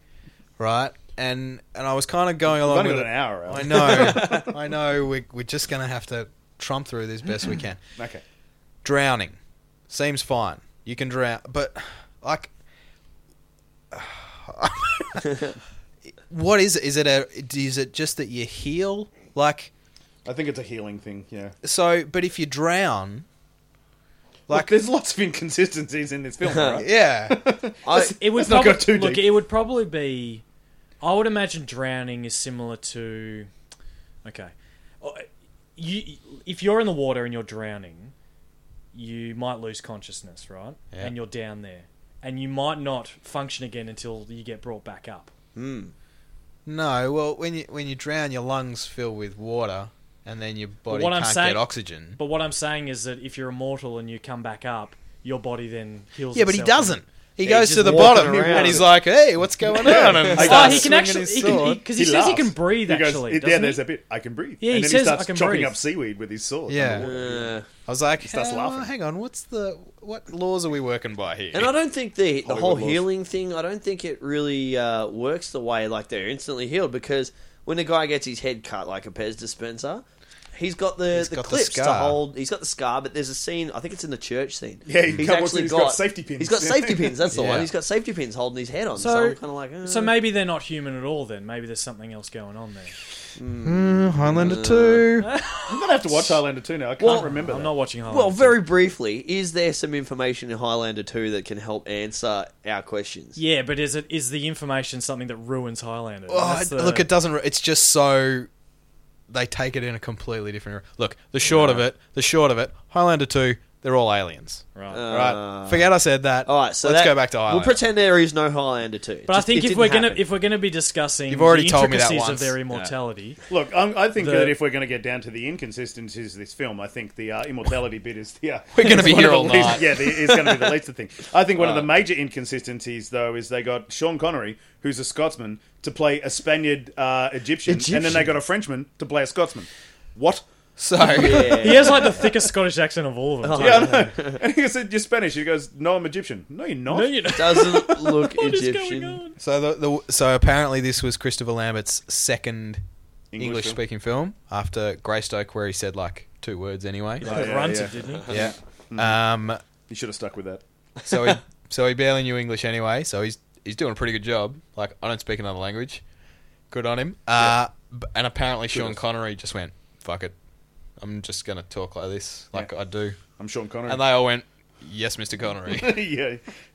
[SPEAKER 5] right? And and I was kind of going
[SPEAKER 4] we've
[SPEAKER 5] along
[SPEAKER 4] only
[SPEAKER 5] with
[SPEAKER 4] got
[SPEAKER 5] it.
[SPEAKER 4] an hour.
[SPEAKER 5] I
[SPEAKER 4] Alan.
[SPEAKER 5] know, I know. We're we're just gonna have to trump through this best we can.
[SPEAKER 4] Okay.
[SPEAKER 5] Drowning seems fine. You can drown, but like, what is it? Is it a? Is it just that you heal? Like,
[SPEAKER 4] I think it's a healing thing. Yeah.
[SPEAKER 5] So, but if you drown,
[SPEAKER 4] Like,
[SPEAKER 5] Like-
[SPEAKER 4] there's lots of inconsistencies in this film, right?
[SPEAKER 5] yeah,
[SPEAKER 3] I,
[SPEAKER 1] It would
[SPEAKER 4] Let's not go
[SPEAKER 1] probably-
[SPEAKER 4] too
[SPEAKER 1] look.
[SPEAKER 4] deep.
[SPEAKER 1] It would probably be. I would imagine drowning is similar to. Okay, Oh, you if you're in the water and you're drowning, you might lose consciousness, right?
[SPEAKER 5] Yeah.
[SPEAKER 1] And you're down there, and you might not function again until you get brought back up.
[SPEAKER 5] no. Well, when you when you drown, your lungs fill with water, and then your body
[SPEAKER 1] what I'm
[SPEAKER 5] can't
[SPEAKER 1] saying-
[SPEAKER 5] get oxygen.
[SPEAKER 1] But what I'm saying is that if you're immortal and you come back up, your body then heals.
[SPEAKER 5] Yeah, but he
[SPEAKER 1] itself.
[SPEAKER 5] doesn't. He
[SPEAKER 3] Yeah,
[SPEAKER 5] goes
[SPEAKER 3] he's
[SPEAKER 5] to
[SPEAKER 3] just
[SPEAKER 5] the
[SPEAKER 3] walking
[SPEAKER 5] bottom
[SPEAKER 3] around.
[SPEAKER 5] and he's like, "Hey, what's going on?" And
[SPEAKER 4] I
[SPEAKER 1] Oh,
[SPEAKER 5] starts
[SPEAKER 1] he can
[SPEAKER 5] swinging
[SPEAKER 1] actually
[SPEAKER 5] his
[SPEAKER 1] he can
[SPEAKER 5] sword.
[SPEAKER 1] because he, says he can
[SPEAKER 4] laughs.
[SPEAKER 1] breathe
[SPEAKER 4] He goes,
[SPEAKER 1] actually.
[SPEAKER 4] "Yeah,
[SPEAKER 1] doesn't
[SPEAKER 4] there's
[SPEAKER 1] he?
[SPEAKER 4] a bit. I can breathe.
[SPEAKER 1] Yeah, he
[SPEAKER 4] and then
[SPEAKER 1] says,
[SPEAKER 4] he starts
[SPEAKER 1] "I can
[SPEAKER 4] chopping
[SPEAKER 1] breathe."
[SPEAKER 4] up seaweed with his sword.
[SPEAKER 5] Yeah.
[SPEAKER 3] uh,
[SPEAKER 5] I was like,
[SPEAKER 4] starts
[SPEAKER 5] "Uh,
[SPEAKER 4] laughing.
[SPEAKER 5] Hang on, what's the what laws are we working by here?
[SPEAKER 3] and I don't think the the
[SPEAKER 4] Hollywood
[SPEAKER 3] whole
[SPEAKER 4] laws.
[SPEAKER 3] healing thing. I don't think it really uh, works the way like they're instantly healed because when a guy gets his head cut like a Pez dispenser. He's got the,
[SPEAKER 5] He's
[SPEAKER 3] the
[SPEAKER 5] got the
[SPEAKER 3] clips to
[SPEAKER 5] scar.
[SPEAKER 3] hold. He's got the scar, but there's a scene. I think it's in the church scene.
[SPEAKER 4] Yeah, he comes- he's got safety pins.
[SPEAKER 3] He's got safety pins. That's the
[SPEAKER 5] Yeah.
[SPEAKER 3] one. He's got safety pins holding his head on. So,
[SPEAKER 1] So,
[SPEAKER 3] I'm kind of like, uh,
[SPEAKER 1] so maybe they're not human at all. Then maybe there's something else going on there.
[SPEAKER 5] Highlander
[SPEAKER 3] Uh,
[SPEAKER 5] two.
[SPEAKER 4] I'm gonna have to watch Highlander two now. I can't
[SPEAKER 3] Well,
[SPEAKER 4] remember.
[SPEAKER 1] I'm
[SPEAKER 4] that.
[SPEAKER 1] not watching Highlander.
[SPEAKER 3] Well,
[SPEAKER 1] two.
[SPEAKER 3] very briefly, is there some information in Highlander 2 that can help answer our questions?
[SPEAKER 1] Yeah, but is it is the information something that ruins Highlander?
[SPEAKER 5] Oh,
[SPEAKER 1] That's the-
[SPEAKER 5] Look, it doesn't. It's just so they take it in a completely different. Look, the short of it, the short of it, Highlander two, they're all aliens.
[SPEAKER 1] right.
[SPEAKER 5] All right, forget I said that.
[SPEAKER 3] All right, so
[SPEAKER 5] let's
[SPEAKER 3] that-
[SPEAKER 5] go back to Highlander.
[SPEAKER 3] We'll pretend there is no Highlander 2.
[SPEAKER 1] but I think if we're gonna if we're gonna be discussing
[SPEAKER 5] You've already
[SPEAKER 1] the
[SPEAKER 5] told me that
[SPEAKER 1] intricacies of
[SPEAKER 5] once.
[SPEAKER 1] their
[SPEAKER 5] Yeah.
[SPEAKER 1] immortality,
[SPEAKER 4] Look, I'm, I think
[SPEAKER 1] The-
[SPEAKER 4] that if we're going to get down to the inconsistencies of this film, I think the uh, immortality bit is the. Uh,
[SPEAKER 5] We're gonna
[SPEAKER 4] is
[SPEAKER 5] be
[SPEAKER 4] one
[SPEAKER 5] here
[SPEAKER 4] of the
[SPEAKER 5] all
[SPEAKER 4] least-
[SPEAKER 5] night.
[SPEAKER 4] Yeah, the, it's going to be the least of thing. I think one of the major inconsistencies, though, is they got Sean Connery, who's a Scotsman, to play a Spaniard uh, Egyptian, and then they
[SPEAKER 3] Egyptian.
[SPEAKER 4] got a Frenchman to play a Scotsman. What?
[SPEAKER 5] so
[SPEAKER 1] he has like the thickest Scottish accent of all of them.
[SPEAKER 4] Yeah, I know. And he said, "You're Spanish." He goes, "No, I'm Egyptian." No, you're not.
[SPEAKER 1] No, you don't.
[SPEAKER 3] doesn't look
[SPEAKER 1] What is going
[SPEAKER 3] Egyptian.
[SPEAKER 1] on?
[SPEAKER 5] so the, the so apparently this was Christopher Lambert's second
[SPEAKER 4] English
[SPEAKER 5] English speaking film. after Greystoke, where he said like two words anyway.
[SPEAKER 1] He
[SPEAKER 4] yeah, Hmm.
[SPEAKER 1] grunted,
[SPEAKER 4] yeah.
[SPEAKER 1] didn't he?
[SPEAKER 5] Yeah. Um.
[SPEAKER 4] You should have stuck with that.
[SPEAKER 5] So he so he barely knew English anyway. So he's he's doing a pretty good job. Like I don't speak another language. Good on him. Uh, b- and apparently Sean
[SPEAKER 4] us.
[SPEAKER 5] Connery just went fuck it. I'm just gonna talk like this, like
[SPEAKER 4] Yeah.
[SPEAKER 5] I do.
[SPEAKER 4] I'm Sean Connery.
[SPEAKER 5] And they all went, yes, Mr. Connery.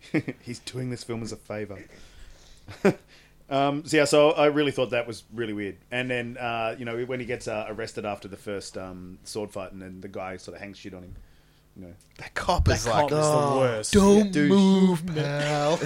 [SPEAKER 4] yeah, he's doing this film as a favor. um, so yeah, so I really thought that was really weird. And then uh, you know when he gets uh, arrested after the first um, sword fight, and then the guy sort of hangs shit on him. You know,
[SPEAKER 5] that cop is
[SPEAKER 1] Cop
[SPEAKER 5] like, "Oh,
[SPEAKER 1] is the worst.
[SPEAKER 5] don't move, pal.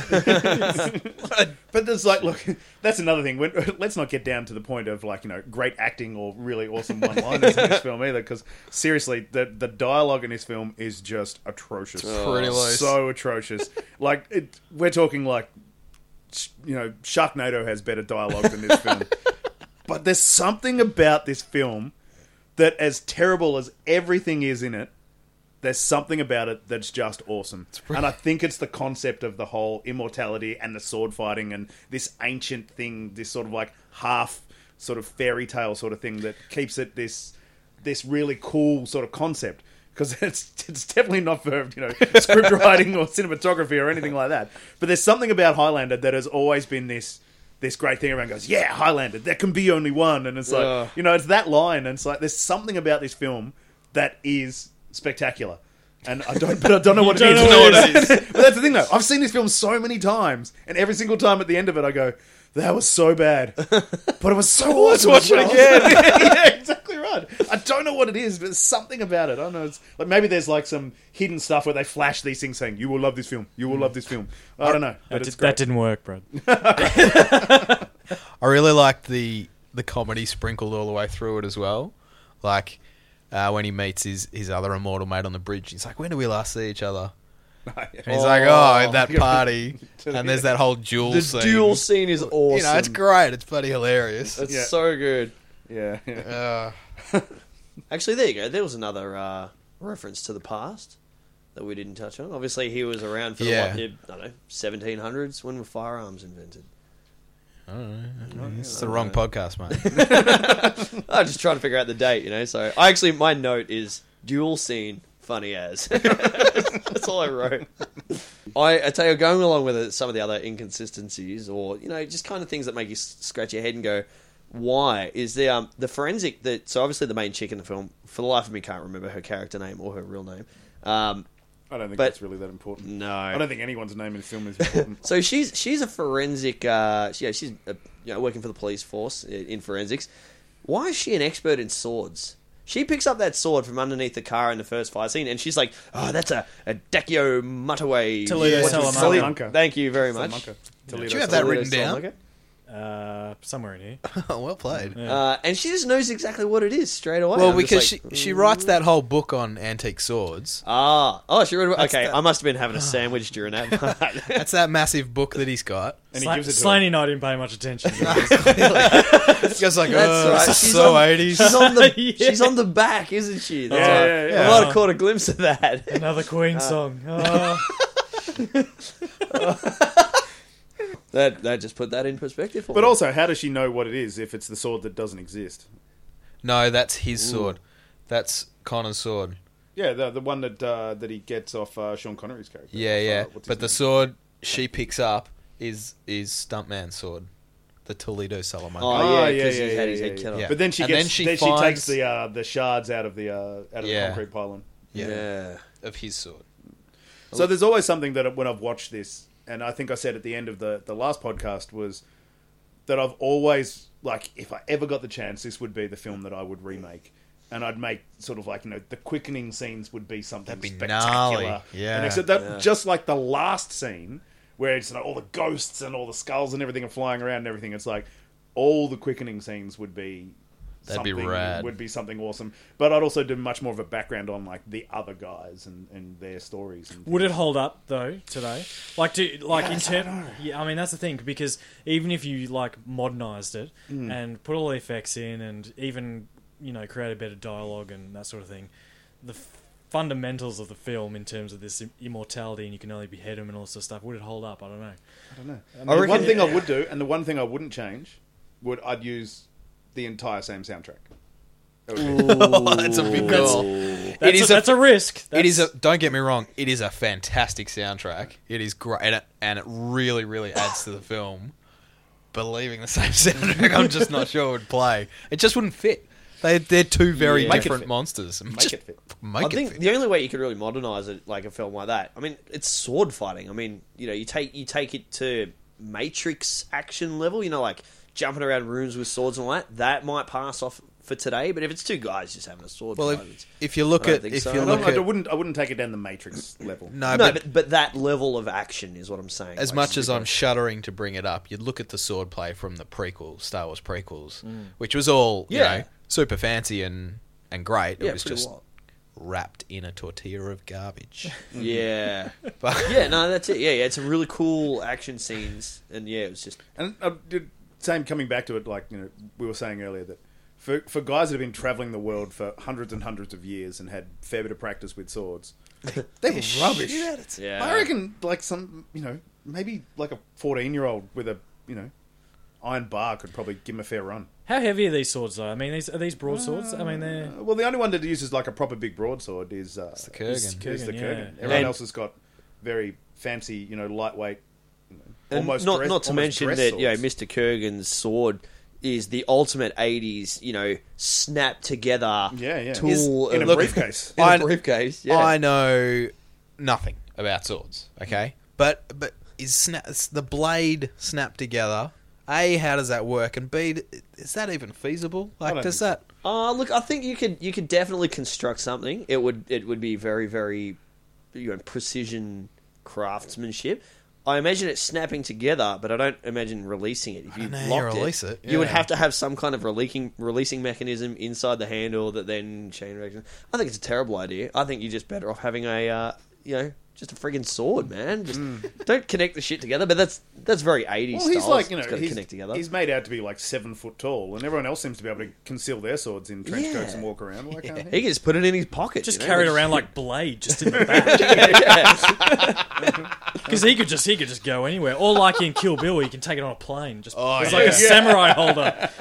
[SPEAKER 4] but there's like, look, that's another thing. When, let's not get down to the point of like you know great acting or really awesome one-liners in this film either, because seriously, the the dialogue in this film is just atrocious.
[SPEAKER 5] Pretty loose.
[SPEAKER 4] so atrocious. like it, we're talking like sh- you know, Sharknado has better dialogue than this film. but there's something about this film that, as terrible as everything is in it, there's something about it that's just awesome. And I think it's the concept of the whole immortality and the sword fighting and this ancient thing, this sort of like half sort of fairy tale sort of thing that keeps it this this really cool sort of concept. Because it's it's definitely not for you know script writing or cinematography or anything like that. But there's something about Highlander that has always been this this great thing around goes, yeah, Highlander, there can be only one. And it's like,
[SPEAKER 3] Ugh.
[SPEAKER 4] you know, it's that line. And it's like, there's something about this film that is spectacular. And I don't, but I don't know what it
[SPEAKER 1] don't
[SPEAKER 4] is.
[SPEAKER 1] know what
[SPEAKER 5] it
[SPEAKER 4] but that's the thing though. I've seen this film so many times. And every single time at the end of it, I go, that was so bad. But it was so awesome.
[SPEAKER 5] watch
[SPEAKER 4] as
[SPEAKER 5] it
[SPEAKER 4] well. yeah, exactly right. I don't know what it is, but there's something about it. I don't know. It's, like maybe there's like some hidden stuff where they flash these things saying, you will love this film. You will love this film. I don't know. But
[SPEAKER 1] That,
[SPEAKER 4] it's
[SPEAKER 1] did,
[SPEAKER 4] great.
[SPEAKER 1] that didn't work, Brad.
[SPEAKER 5] I really liked the the comedy sprinkled all the way through it as well. Like uh, when he meets his, his other immortal mate on the bridge, he's like, "When do we last see each other?" And he's like, "Oh, at that party." and there's that whole duel
[SPEAKER 3] The
[SPEAKER 5] scene.
[SPEAKER 3] duel scene is awesome.
[SPEAKER 5] You know, it's great. It's bloody hilarious.
[SPEAKER 3] It's
[SPEAKER 4] Yeah.
[SPEAKER 3] so good.
[SPEAKER 4] Yeah. yeah.
[SPEAKER 5] Uh,
[SPEAKER 3] Actually, there you go. There was another uh, reference to the past that we didn't touch on. Obviously, he was around for
[SPEAKER 5] Yeah.
[SPEAKER 3] the, what, the, I don't know, 1700s when were firearms invented.
[SPEAKER 5] it's the wrong podcast, mate.
[SPEAKER 3] I'm just trying to figure out the date, you know. So I actually, my note is dual scene funny as. That's all I wrote. I, I tell you, going along with it, some of the other inconsistencies, or you know, just kind of things that make you s- scratch your head and go, why is the um, the forensic that so obviously the main chick in the film for the life of me can't remember her character name or her real name. Um,
[SPEAKER 4] I don't think
[SPEAKER 3] But-
[SPEAKER 4] that's really that important.
[SPEAKER 3] no,
[SPEAKER 4] I don't think anyone's name in film is important.
[SPEAKER 3] So she's she's a forensic. Uh, she- yeah, she's uh you know, working for the police force i- in forensics. Why is she an expert in swords? She picks up that sword from underneath the car in the first fight scene, and she's like, "Oh, that's a, a Deccio Mutaway."
[SPEAKER 1] Toledo
[SPEAKER 3] What's it-
[SPEAKER 1] Salamanca.
[SPEAKER 4] Salamanca.
[SPEAKER 3] Thank you very much.
[SPEAKER 4] Salamanca. Toledo,
[SPEAKER 5] Do you have that
[SPEAKER 4] Salamanca.
[SPEAKER 5] written down?
[SPEAKER 3] Salamanca.
[SPEAKER 1] Uh, somewhere in here.
[SPEAKER 5] Oh, well played.
[SPEAKER 3] Uh, and she just knows exactly what it is straight away.
[SPEAKER 5] Well,
[SPEAKER 3] I'm just
[SPEAKER 5] because
[SPEAKER 3] like, "Mm,
[SPEAKER 5] she, she writes that whole book on antique swords.
[SPEAKER 3] Ah, oh, she read. Okay,
[SPEAKER 5] the-
[SPEAKER 3] I must have been having a sandwich during that.
[SPEAKER 5] That's that massive book that he's got.
[SPEAKER 4] And he
[SPEAKER 1] Sla-
[SPEAKER 4] gives it to her.
[SPEAKER 1] Slaney and I didn't pay much attention.
[SPEAKER 5] This guy's like,
[SPEAKER 3] That's
[SPEAKER 5] oh,
[SPEAKER 3] right.
[SPEAKER 5] this is
[SPEAKER 3] She's
[SPEAKER 5] so
[SPEAKER 3] on-
[SPEAKER 5] 80s.
[SPEAKER 3] she's on the
[SPEAKER 1] Yeah.
[SPEAKER 3] she's on the back, isn't she? That's
[SPEAKER 4] Yeah,
[SPEAKER 3] right.
[SPEAKER 4] yeah, yeah.
[SPEAKER 3] I might
[SPEAKER 1] Yeah.
[SPEAKER 3] have caught a glimpse of that.
[SPEAKER 1] Another Queen song. Oh.
[SPEAKER 3] That that just put that in perspective. For
[SPEAKER 4] But
[SPEAKER 3] me.
[SPEAKER 4] also, how does she know what it is if it's the sword that doesn't exist?
[SPEAKER 5] No, that's his sword. That's Connor's sword.
[SPEAKER 4] Yeah, the, the one that uh, that he gets off uh, Sean Connery's character.
[SPEAKER 5] Yeah, yeah.
[SPEAKER 4] Uh, what's
[SPEAKER 5] but the
[SPEAKER 4] his
[SPEAKER 5] sword she picks up is is Stuntman's sword, the Toledo Salamanca.
[SPEAKER 3] Oh,
[SPEAKER 4] Oh,
[SPEAKER 3] yeah,
[SPEAKER 4] yeah,
[SPEAKER 3] because
[SPEAKER 4] yeah,
[SPEAKER 3] he had
[SPEAKER 4] yeah,
[SPEAKER 3] his head
[SPEAKER 4] yeah,
[SPEAKER 3] cut off.
[SPEAKER 5] yeah.
[SPEAKER 4] name? But then she
[SPEAKER 5] And
[SPEAKER 4] gets
[SPEAKER 5] then she
[SPEAKER 4] then she takes
[SPEAKER 5] finds-
[SPEAKER 4] the uh, the shards out of the uh, out of
[SPEAKER 5] Yeah.
[SPEAKER 4] the concrete pylon.
[SPEAKER 5] yeah,
[SPEAKER 3] Yeah.
[SPEAKER 5] of his sword.
[SPEAKER 4] So there's always something that when I've watched this, and I think I said at the end of the the last podcast was that I've always like if I ever got the chance, this would be the film that I would remake. And I'd make sort of like you know the quickening scenes would be something
[SPEAKER 5] That'd be
[SPEAKER 4] spectacular,
[SPEAKER 5] gnarly. Yeah.
[SPEAKER 4] And except that
[SPEAKER 3] Yeah.
[SPEAKER 4] just like the last scene where it's like all the ghosts and all the skulls and everything are flying around and everything, it's like all the quickening scenes would be
[SPEAKER 5] That'd be
[SPEAKER 4] something-
[SPEAKER 5] rad.
[SPEAKER 4] Would be something awesome. But I'd also do much more of a background on like the other guys and, and their stories. And
[SPEAKER 1] Would
[SPEAKER 4] things.
[SPEAKER 1] it hold up though today? Like, do like in term? Yeah, I mean that's the thing because even if you like modernized it and put all the effects in and even you know create a better dialogue and that sort of thing, the f- fundamentals of the film in terms of this im- immortality and you can only behead him and all this sort of stuff would it hold up? I don't know.
[SPEAKER 4] The one thing I would do, and the one thing I wouldn't change, would I'd use the entire same soundtrack. That would be-
[SPEAKER 5] oh, that's a big goal.
[SPEAKER 1] That's,
[SPEAKER 5] is
[SPEAKER 1] a,
[SPEAKER 5] a-
[SPEAKER 1] that's a risk. That's,
[SPEAKER 5] It is a. Don't get me wrong. It is a fantastic soundtrack. It is great, and it, and it really, really adds to the film. Believing the same soundtrack, I'm just not sure it would play. It just wouldn't fit. They, they're two very
[SPEAKER 3] Yeah. Make
[SPEAKER 4] it
[SPEAKER 5] different
[SPEAKER 4] fit.
[SPEAKER 5] monsters.
[SPEAKER 4] Make it fit.
[SPEAKER 5] Make
[SPEAKER 3] I
[SPEAKER 5] it
[SPEAKER 3] think
[SPEAKER 5] fit.
[SPEAKER 3] the only way you could really modernize it, like a film like that, I mean, it's sword fighting. I mean, you know, you take you take it to Matrix action level. You know, like jumping around rooms with swords and all that. That might pass off for today, but if it's two guys just having a sword
[SPEAKER 5] Well,
[SPEAKER 3] fight,
[SPEAKER 5] if,
[SPEAKER 3] it's-
[SPEAKER 5] if you look
[SPEAKER 3] I don't
[SPEAKER 5] at
[SPEAKER 3] think
[SPEAKER 5] if
[SPEAKER 3] so.
[SPEAKER 5] you
[SPEAKER 4] No,
[SPEAKER 5] look
[SPEAKER 4] I
[SPEAKER 5] at
[SPEAKER 4] wouldn't. I wouldn't take it down the Matrix level.
[SPEAKER 5] no,
[SPEAKER 3] no,
[SPEAKER 5] but,
[SPEAKER 3] but, but that level of action is what I'm saying.
[SPEAKER 5] as
[SPEAKER 3] Like,
[SPEAKER 5] much as
[SPEAKER 3] super-
[SPEAKER 5] I'm shuddering to bring it up, you'd look at the sword play from the prequel, Star Wars prequels, which was all
[SPEAKER 3] Yeah.
[SPEAKER 5] you know, super fancy and and great.
[SPEAKER 3] yeah,
[SPEAKER 5] it was
[SPEAKER 3] pretty
[SPEAKER 5] just
[SPEAKER 3] wild.
[SPEAKER 5] wrapped in a tortilla of garbage.
[SPEAKER 3] yeah,
[SPEAKER 5] But
[SPEAKER 3] yeah, no, that's it. Yeah, yeah, it's some really cool action scenes, and yeah, it was just
[SPEAKER 4] And uh, did- same coming back to it, like you know, we were saying earlier that for for guys that have been traveling the world for hundreds and hundreds of years and had fair bit of practice with swords, they were rubbish.
[SPEAKER 3] Yeah.
[SPEAKER 4] I reckon like some, you know, maybe like a fourteen-year-old with a, you know, iron bar could probably give him a fair run.
[SPEAKER 1] How heavy are these swords though? I mean, these are these broadswords. I mean, they're
[SPEAKER 4] Uh, well, the only one that uses like a proper big broadsword is uh,
[SPEAKER 5] it's the
[SPEAKER 1] It's-
[SPEAKER 5] Kurgan.
[SPEAKER 4] is the
[SPEAKER 1] Kurgan,
[SPEAKER 4] Kurgan.
[SPEAKER 1] yeah.
[SPEAKER 4] Everyone
[SPEAKER 3] And-
[SPEAKER 4] else has got very fancy, you know, lightweight, you know,
[SPEAKER 3] And
[SPEAKER 4] almost
[SPEAKER 3] not
[SPEAKER 4] dress-
[SPEAKER 3] not to
[SPEAKER 4] almost
[SPEAKER 3] mention
[SPEAKER 4] dress
[SPEAKER 3] that you know
[SPEAKER 4] swords.
[SPEAKER 3] Mr. Kurgan's sword is the ultimate '80s, you know, snap together
[SPEAKER 4] Yeah, yeah.
[SPEAKER 3] tool
[SPEAKER 4] in a
[SPEAKER 3] of-
[SPEAKER 5] look-
[SPEAKER 4] briefcase.
[SPEAKER 3] in a
[SPEAKER 5] I-
[SPEAKER 3] briefcase. Yeah,
[SPEAKER 5] I know nothing about swords. Okay, but but is sna- is the blade snapped together? A, how does that work? And B, d- is that even feasible? Like,
[SPEAKER 4] don't
[SPEAKER 5] does
[SPEAKER 4] think
[SPEAKER 5] that?
[SPEAKER 3] Uh, look, I think you could you could definitely construct something. It would it would be very very, you know, precision craftsmanship. I imagine it snapping together, but I don't imagine releasing it. If you
[SPEAKER 5] don't know how you
[SPEAKER 3] locked
[SPEAKER 5] release
[SPEAKER 3] it,
[SPEAKER 5] it,
[SPEAKER 3] you would
[SPEAKER 5] yeah.
[SPEAKER 3] have to have some kind of releasing releasing mechanism inside the handle that then chain reaction. I think it's a terrible idea. I think you're just better off having a uh, you know just a friggin' sword, man. Just don't connect the shit together. But that's that's very 80s.
[SPEAKER 4] Well, he's
[SPEAKER 3] style.
[SPEAKER 4] like you know
[SPEAKER 3] it's got to
[SPEAKER 4] he's,
[SPEAKER 3] connect together.
[SPEAKER 4] he's made out to be like seven foot tall, and everyone else seems to be able to conceal their swords in trench
[SPEAKER 3] Yeah.
[SPEAKER 4] coats and walk around. Why can't
[SPEAKER 3] He
[SPEAKER 4] he?
[SPEAKER 3] can just put it in his pocket.
[SPEAKER 1] just
[SPEAKER 3] you know,
[SPEAKER 1] carried
[SPEAKER 3] like-
[SPEAKER 1] around like blade just in the back
[SPEAKER 3] Yeah.
[SPEAKER 1] because he could just he could just go anywhere. Or like in Kill Bill, he can take it on a plane. Just it's like
[SPEAKER 4] Oh, yeah.
[SPEAKER 1] a samurai holder.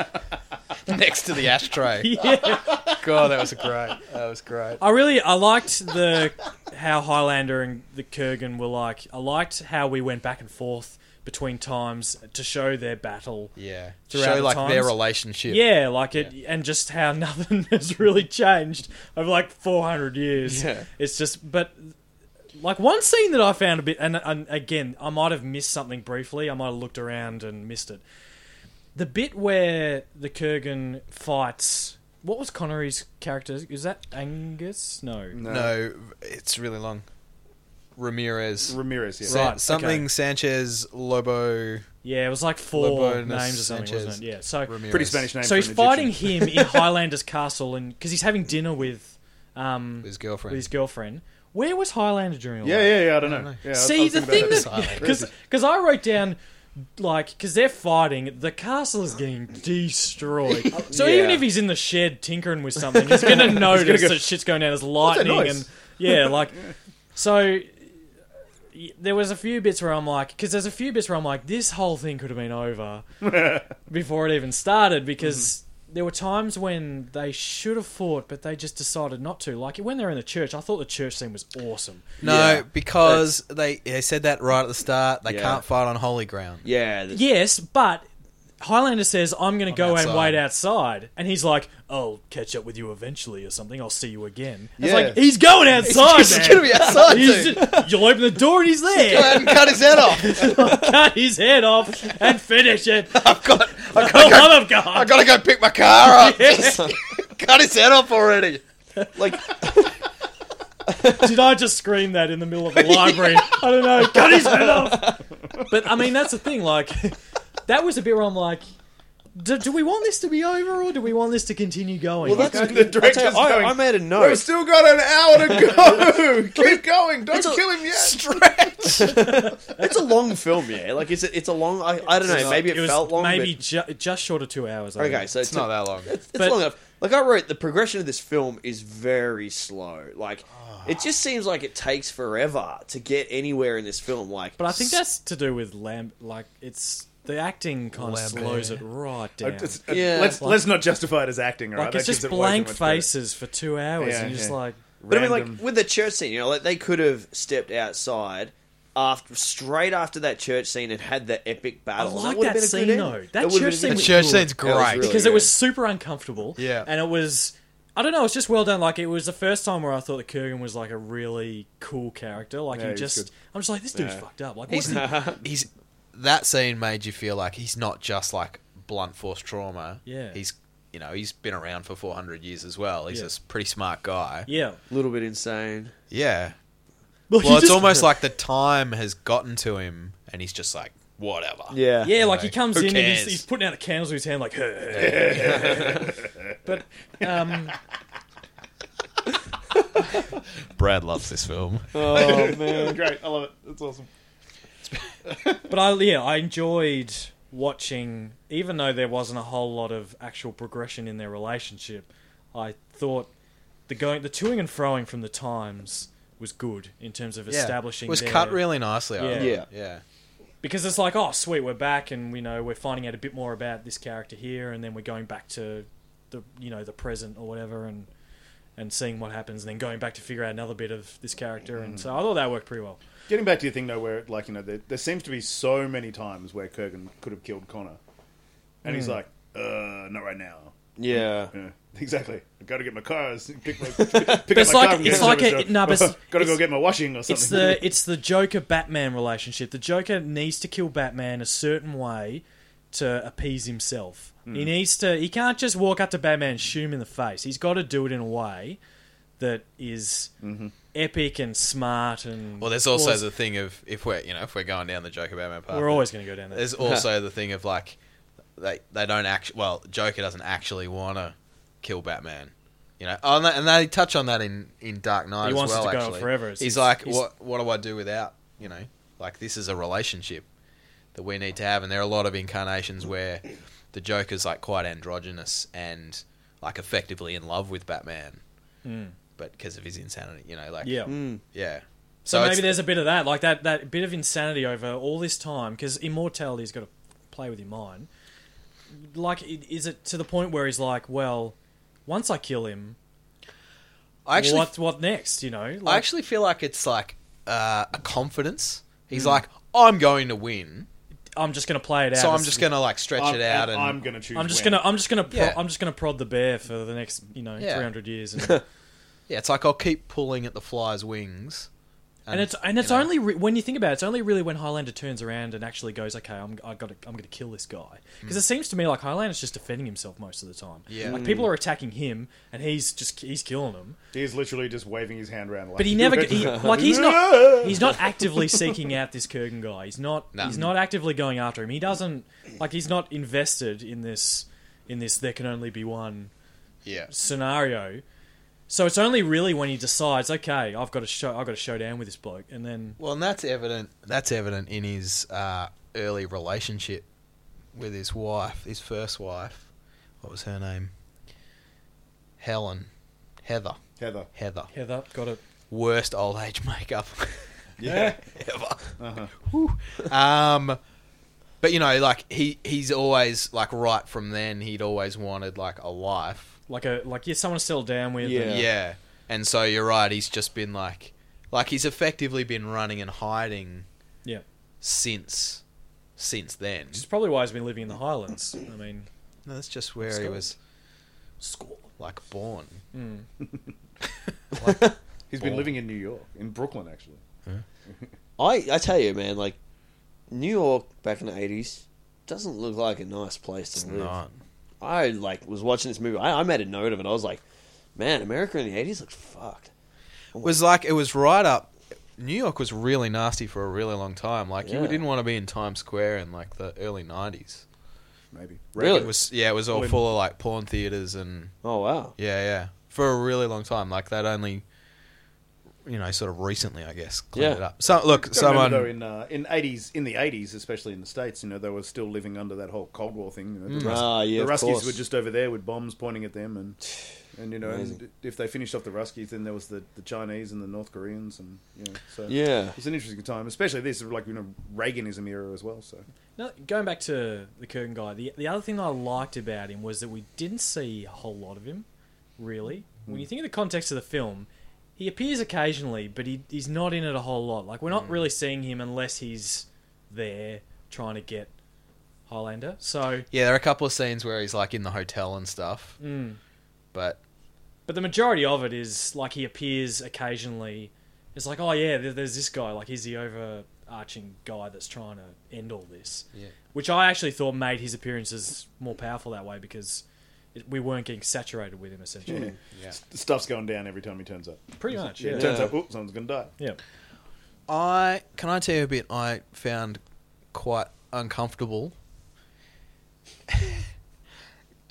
[SPEAKER 5] next to the ashtray.
[SPEAKER 1] Yeah.
[SPEAKER 5] God, that was great. That was great.
[SPEAKER 1] I really I liked the how Highlander and the Kurgan were like. I liked how we went back and forth between times to show their battle.
[SPEAKER 5] Yeah.
[SPEAKER 1] Throughout
[SPEAKER 5] Show
[SPEAKER 1] the
[SPEAKER 5] like their
[SPEAKER 1] times.
[SPEAKER 5] relationship.
[SPEAKER 1] Yeah, like it, and just how nothing has really changed over like 400 years.
[SPEAKER 3] Yeah.
[SPEAKER 1] It's just, but like one scene that I found a bit, and, and again, I might have missed something briefly. I might have looked around and missed it. The bit where the Kurgan fights, what was Connery's character? Is that Angus? No.
[SPEAKER 4] Uh,
[SPEAKER 5] No, it's really long. Ramirez.
[SPEAKER 4] Ramirez. Yeah.
[SPEAKER 5] Sa-
[SPEAKER 1] Right,
[SPEAKER 5] something
[SPEAKER 1] okay.
[SPEAKER 5] Sanchez Lobo
[SPEAKER 1] Yeah, it was like four
[SPEAKER 5] Lobo
[SPEAKER 1] names or something,
[SPEAKER 5] Sanchez.
[SPEAKER 1] wasn't it? Yeah. So
[SPEAKER 5] Ramirez.
[SPEAKER 4] Pretty Spanish name.
[SPEAKER 1] so
[SPEAKER 4] for
[SPEAKER 1] he's
[SPEAKER 4] an Egyptian.
[SPEAKER 1] fighting him in Highlander's castle, and because he's having dinner with um
[SPEAKER 5] With his girlfriend.
[SPEAKER 1] with his girlfriend. Where was Highlander during all
[SPEAKER 4] Yeah,
[SPEAKER 1] that?
[SPEAKER 4] yeah, yeah. I don't know. Yeah, I was- I
[SPEAKER 1] See
[SPEAKER 4] was
[SPEAKER 1] the
[SPEAKER 4] thinking
[SPEAKER 1] thing
[SPEAKER 4] about
[SPEAKER 1] that because I wrote down like because they're fighting, the castle is getting destroyed. So even
[SPEAKER 3] Yeah.
[SPEAKER 1] if he's in the shed tinkering with something, he's gonna notice
[SPEAKER 4] go,
[SPEAKER 1] that shit's going down. There's lightning
[SPEAKER 4] noise?
[SPEAKER 1] and yeah, like so. y- There was a few bits where I'm like, because there's a few bits where I'm like, this whole thing could have been over before it even started because there were times when they should have fought, but they just decided not to. Like when they're in the church, I thought the church scene was awesome.
[SPEAKER 5] No,
[SPEAKER 3] Yeah.
[SPEAKER 5] because they they said that right at the start. They
[SPEAKER 3] Yeah.
[SPEAKER 5] can't fight on holy ground.
[SPEAKER 3] Yeah, the-
[SPEAKER 1] Yes, but Highlander says, I'm going to go and
[SPEAKER 5] outside.
[SPEAKER 1] wait outside. And he's like, I'll catch up with you eventually or something. I'll see you again. And
[SPEAKER 4] Yeah.
[SPEAKER 1] It's like, he's going outside,
[SPEAKER 5] He's
[SPEAKER 1] Oh, man.
[SPEAKER 5] gonna be outside,
[SPEAKER 1] He's
[SPEAKER 5] dude.
[SPEAKER 1] just- you'll open the door and he's
[SPEAKER 5] Go
[SPEAKER 1] there.
[SPEAKER 5] ahead and cut his head off.
[SPEAKER 1] Cut his head off and finish it.
[SPEAKER 5] I've got, I've
[SPEAKER 1] For the
[SPEAKER 5] got, to, go,
[SPEAKER 1] love of God.
[SPEAKER 5] I've got to go pick my car up. cut his head off already.
[SPEAKER 3] like
[SPEAKER 1] Did I just scream that in the middle of the library? I don't know. Cut his head off. But I mean, that's the thing. Like, that was a bit where I'm like, do, do we want this to be over or do we want this to continue going?
[SPEAKER 3] well, that's
[SPEAKER 4] The director's
[SPEAKER 3] I, tell you, I,
[SPEAKER 4] going,
[SPEAKER 3] I made a
[SPEAKER 4] We've
[SPEAKER 3] note.
[SPEAKER 4] still got an hour to go. Keep going. Don't
[SPEAKER 3] It's a-
[SPEAKER 4] kill him yet.
[SPEAKER 3] It's a long film, yeah. Like it's a, it's a long. I, I don't know. Maybe it,
[SPEAKER 1] was
[SPEAKER 3] felt long.
[SPEAKER 1] Maybe
[SPEAKER 3] but-
[SPEAKER 1] ju- just short of two hours. I
[SPEAKER 3] okay,
[SPEAKER 1] think.
[SPEAKER 3] so
[SPEAKER 5] It's not that long.
[SPEAKER 3] It's
[SPEAKER 1] But-
[SPEAKER 3] long enough. Like I wrote, the progression of this film is very slow. Like it just seems like it takes forever to get anywhere in this film. Like,
[SPEAKER 1] But I think that's to do with Lamb. Like it's the acting kind of
[SPEAKER 5] Lambert.
[SPEAKER 1] slows it right down.
[SPEAKER 4] Uh, it's- uh,
[SPEAKER 3] Yeah.
[SPEAKER 4] Let's let's not justify it as acting, all right?
[SPEAKER 1] like
[SPEAKER 4] That
[SPEAKER 1] it's
[SPEAKER 4] gives
[SPEAKER 1] just
[SPEAKER 4] it way too
[SPEAKER 1] blank
[SPEAKER 4] much credit.
[SPEAKER 1] faces for two hours,
[SPEAKER 4] Yeah,
[SPEAKER 1] and you're just
[SPEAKER 4] yeah.
[SPEAKER 1] like,
[SPEAKER 3] but I mean, like
[SPEAKER 4] Random.
[SPEAKER 3] with the church scene, you know, like they could have stepped outside after straight after that church scene and had the epic
[SPEAKER 1] I
[SPEAKER 3] battle.
[SPEAKER 1] like
[SPEAKER 3] would've
[SPEAKER 1] that
[SPEAKER 3] been a good
[SPEAKER 1] scene
[SPEAKER 3] end.
[SPEAKER 1] though.
[SPEAKER 3] That
[SPEAKER 1] That
[SPEAKER 3] would've
[SPEAKER 1] church
[SPEAKER 3] been
[SPEAKER 1] scene
[SPEAKER 5] The
[SPEAKER 3] a
[SPEAKER 1] was
[SPEAKER 5] church
[SPEAKER 1] good.
[SPEAKER 5] scene's
[SPEAKER 3] That was
[SPEAKER 5] great.
[SPEAKER 3] really
[SPEAKER 1] because it
[SPEAKER 3] good.
[SPEAKER 1] was super uncomfortable.
[SPEAKER 5] Yeah.
[SPEAKER 1] and it was. I don't know. It's just well done. Like it was the first time where I thought the Kurgan was like a really cool character. Like
[SPEAKER 4] Yeah,
[SPEAKER 1] he
[SPEAKER 4] he's
[SPEAKER 1] just,
[SPEAKER 4] good.
[SPEAKER 1] I'm just like this dude's fucked up. Like what's he?
[SPEAKER 5] he's that scene made you feel like he's not just like blunt force trauma.
[SPEAKER 1] Yeah.
[SPEAKER 5] he's you know he's been around for four hundred years as well. He's
[SPEAKER 1] Yeah.
[SPEAKER 5] a s- pretty smart guy.
[SPEAKER 1] Yeah.
[SPEAKER 3] a little bit insane.
[SPEAKER 5] Yeah.
[SPEAKER 1] Like,
[SPEAKER 5] Well,
[SPEAKER 1] he
[SPEAKER 5] it's
[SPEAKER 1] just-
[SPEAKER 5] almost like the time has gotten to him, and he's just like whatever.
[SPEAKER 3] Yeah,
[SPEAKER 1] Yeah, like
[SPEAKER 5] know,
[SPEAKER 1] he comes
[SPEAKER 5] who
[SPEAKER 1] in and he's,
[SPEAKER 5] cares?
[SPEAKER 1] he's putting out the candles with his hand, like. but um,
[SPEAKER 5] Brad loves this film.
[SPEAKER 3] Oh man.
[SPEAKER 4] Great, I love it. That's awesome.
[SPEAKER 1] but I yeah, I enjoyed watching, even though there wasn't a whole lot of actual progression in their relationship. I thought the going, the toing and froing from the times was good in terms of establishing
[SPEAKER 5] it was
[SPEAKER 1] their-
[SPEAKER 5] cut really nicely. I
[SPEAKER 1] Yeah.
[SPEAKER 5] thought.
[SPEAKER 3] Yeah.
[SPEAKER 5] yeah.
[SPEAKER 1] because it's like, oh, sweet, we're back, and we know we're finding out a bit more about this character here, and then we're going back to the you know the present or whatever, and and seeing what happens, and then going back to figure out another bit of this character, and so I thought that worked pretty well.
[SPEAKER 4] Getting back to your thing though, where like you know, there, there seems to be so many times where Kurgan could have killed Connor,
[SPEAKER 1] Hmm.
[SPEAKER 4] and he's like, "Uh, not right now."
[SPEAKER 3] Yeah.
[SPEAKER 4] Yeah, exactly. I got to get my cars. Pick, my, pick up my
[SPEAKER 1] it's
[SPEAKER 4] car
[SPEAKER 1] like-
[SPEAKER 4] from
[SPEAKER 1] it's
[SPEAKER 4] gas
[SPEAKER 1] like a-
[SPEAKER 4] service,
[SPEAKER 1] no, but it's-
[SPEAKER 4] got to go
[SPEAKER 1] it's-
[SPEAKER 4] get my washing or something.
[SPEAKER 1] It's the it's the Joker Batman relationship. The Joker needs to kill Batman a certain way to appease himself.
[SPEAKER 4] Mm.
[SPEAKER 1] He needs to. He can't just walk up to Batman and shoot him in the face. He's got to do it in a way that is
[SPEAKER 4] Mm-hmm.
[SPEAKER 1] epic and smart and.
[SPEAKER 5] Well, there's also
[SPEAKER 1] Well,
[SPEAKER 5] the thing of if we're you know if we're going down the Joker Batman path,
[SPEAKER 1] We're always going to go down there.
[SPEAKER 5] There's also the thing of like they they don't actually well Joker doesn't actually want to kill Batman. You know, oh, and, they, and they touch on that in, in Dark Knight
[SPEAKER 1] He
[SPEAKER 5] as
[SPEAKER 1] wants it
[SPEAKER 5] well.
[SPEAKER 1] to go on
[SPEAKER 5] actually,
[SPEAKER 1] forever. It's-
[SPEAKER 5] he's, like,
[SPEAKER 1] he's-
[SPEAKER 5] what what do I do without? You know, like this is a relationship that we need to have, and there are a lot of incarnations where the Joker's like quite androgynous and like effectively in love with Batman, but because of his insanity, you know, like
[SPEAKER 1] Hmm. Yeah.
[SPEAKER 4] Mm.
[SPEAKER 5] yeah.
[SPEAKER 1] So,
[SPEAKER 5] it's-
[SPEAKER 1] maybe there's a bit of that, like that that bit of insanity over all this time, because immortality's got to play with your mind. Like, i- is it to the point where he's like, well, once I kill him,
[SPEAKER 5] I actually
[SPEAKER 1] what what next? You know,
[SPEAKER 5] I
[SPEAKER 1] like,
[SPEAKER 5] actually feel like it's like uh, a confidence. He's like, I'm going to win.
[SPEAKER 1] I'm just gonna play it out.
[SPEAKER 5] so I'm
[SPEAKER 1] as-
[SPEAKER 5] just gonna like stretch
[SPEAKER 4] I'm,
[SPEAKER 5] it out and,
[SPEAKER 4] I'm gonna choose.
[SPEAKER 1] I'm just
[SPEAKER 4] when.
[SPEAKER 1] gonna I'm just gonna pro-
[SPEAKER 5] Yeah.
[SPEAKER 1] I'm just gonna prod the bear for the next you know
[SPEAKER 5] Yeah.
[SPEAKER 1] 300 years, and,
[SPEAKER 5] yeah, it's like I'll keep pulling at the fly's wings.
[SPEAKER 1] and it's and
[SPEAKER 5] you
[SPEAKER 1] it's
[SPEAKER 5] know,
[SPEAKER 1] only re- when you think about it, it's only really when Highlander turns around and actually goes, okay, I'm I got to I'm gonna kill this guy because it seems to me like Highlander's just defending himself most of the time.
[SPEAKER 5] Hmm. Yeah. Hmm.
[SPEAKER 1] like people are attacking him and he's just he's killing them,
[SPEAKER 4] He's literally just waving his hand around. Like,
[SPEAKER 1] but he never get- he, like he's not he's not actively seeking out this Kurgan guy. He's not
[SPEAKER 5] No.
[SPEAKER 1] he's not actively going after him. He doesn't like he's not invested in this in this. There can only be one
[SPEAKER 5] yeah.
[SPEAKER 1] scenario. So it's only really when he decides, okay, I've got to show, I've got to show down with this bloke, and then
[SPEAKER 5] Well, and that's evident. That's evident in his uh, early relationship with his wife, his first wife. What was her name? Helen, Heather,
[SPEAKER 4] Heather.
[SPEAKER 5] Heather.
[SPEAKER 1] Heather got it.
[SPEAKER 5] Worst old age makeup
[SPEAKER 4] Yeah. Uh-huh.
[SPEAKER 5] ever. Whew. Um, but you know, like he he's always like right from then he'd always wanted like a life.
[SPEAKER 1] Like a like yeah, someone to settle down with.
[SPEAKER 4] Yeah.
[SPEAKER 5] Yeah. And so you're right, he's just been like like he's effectively been running and hiding
[SPEAKER 1] Yeah.
[SPEAKER 5] since since then.
[SPEAKER 1] Which is probably why he's been living in the Highlands. I mean,
[SPEAKER 5] No, that's just where he
[SPEAKER 1] Scotland.
[SPEAKER 5] was
[SPEAKER 1] Scotland.
[SPEAKER 5] like born.
[SPEAKER 1] hmm.
[SPEAKER 4] He's been
[SPEAKER 5] Bald.
[SPEAKER 4] living in New York, in Brooklyn actually.
[SPEAKER 3] I, I tell you, man, like New York back in the eighties doesn't look like a nice place to
[SPEAKER 5] It's
[SPEAKER 3] live.
[SPEAKER 5] not.
[SPEAKER 3] I like was watching this movie. I, I made a note of it. I was like, man, America in the eighties looked fucked.
[SPEAKER 5] It was like it was right up New York was really nasty for a really long time. Like you
[SPEAKER 3] Yeah.
[SPEAKER 5] didn't want to be in Times Square in like the early nineties.
[SPEAKER 4] Maybe.
[SPEAKER 3] Really?
[SPEAKER 5] It was yeah, it was all
[SPEAKER 4] When-
[SPEAKER 5] full of like porn theaters and
[SPEAKER 3] Oh wow.
[SPEAKER 5] yeah, yeah. For a really long time. Like that only you know, sort of recently I guess, cleaned
[SPEAKER 3] Yeah.
[SPEAKER 5] it up. So look,
[SPEAKER 4] Gotta remember,
[SPEAKER 5] someone
[SPEAKER 4] though, in uh, in eighties in the eighties, especially in the states, you know, they were still living under that whole Cold War thing. You know, the, Rus-
[SPEAKER 3] Ah, yeah,
[SPEAKER 4] the
[SPEAKER 3] of
[SPEAKER 4] Ruskies
[SPEAKER 3] course.
[SPEAKER 4] were just over there with bombs pointing at them, and and you know, and
[SPEAKER 3] Amazing.
[SPEAKER 4] if they finished off the Ruskies, then there was the, the Chinese and the North Koreans, and you know, so
[SPEAKER 3] Yeah.
[SPEAKER 4] it's an interesting time, especially this like you know Reaganism era as well. So
[SPEAKER 1] No, going back to the Kurgan guy, the the other thing I liked about him was that we didn't see a whole lot of him, really. When you think of the context of the film, he appears occasionally, but he he's not in it a whole lot. Like we're not really seeing him unless he's there trying to get Highlander. So,
[SPEAKER 5] Yeah, there are a couple of scenes where he's like in the hotel and stuff.
[SPEAKER 4] Hmm.
[SPEAKER 1] mm.
[SPEAKER 5] But
[SPEAKER 1] but the majority of it is like he appears occasionally. It's like, oh yeah, there- there's this guy. Like he's the overarching guy that's trying to end all this.
[SPEAKER 5] Yeah.
[SPEAKER 1] Which I actually thought made his appearances more powerful that way because it, we weren't getting saturated with him essentially.
[SPEAKER 4] S- stuff's going down every time he turns up.
[SPEAKER 1] Pretty much.
[SPEAKER 4] Yeah,
[SPEAKER 1] Yeah.
[SPEAKER 4] it
[SPEAKER 1] yeah.
[SPEAKER 4] turns up. Oops, someone's gonna die.
[SPEAKER 5] I can I tell you a bit I found quite uncomfortable.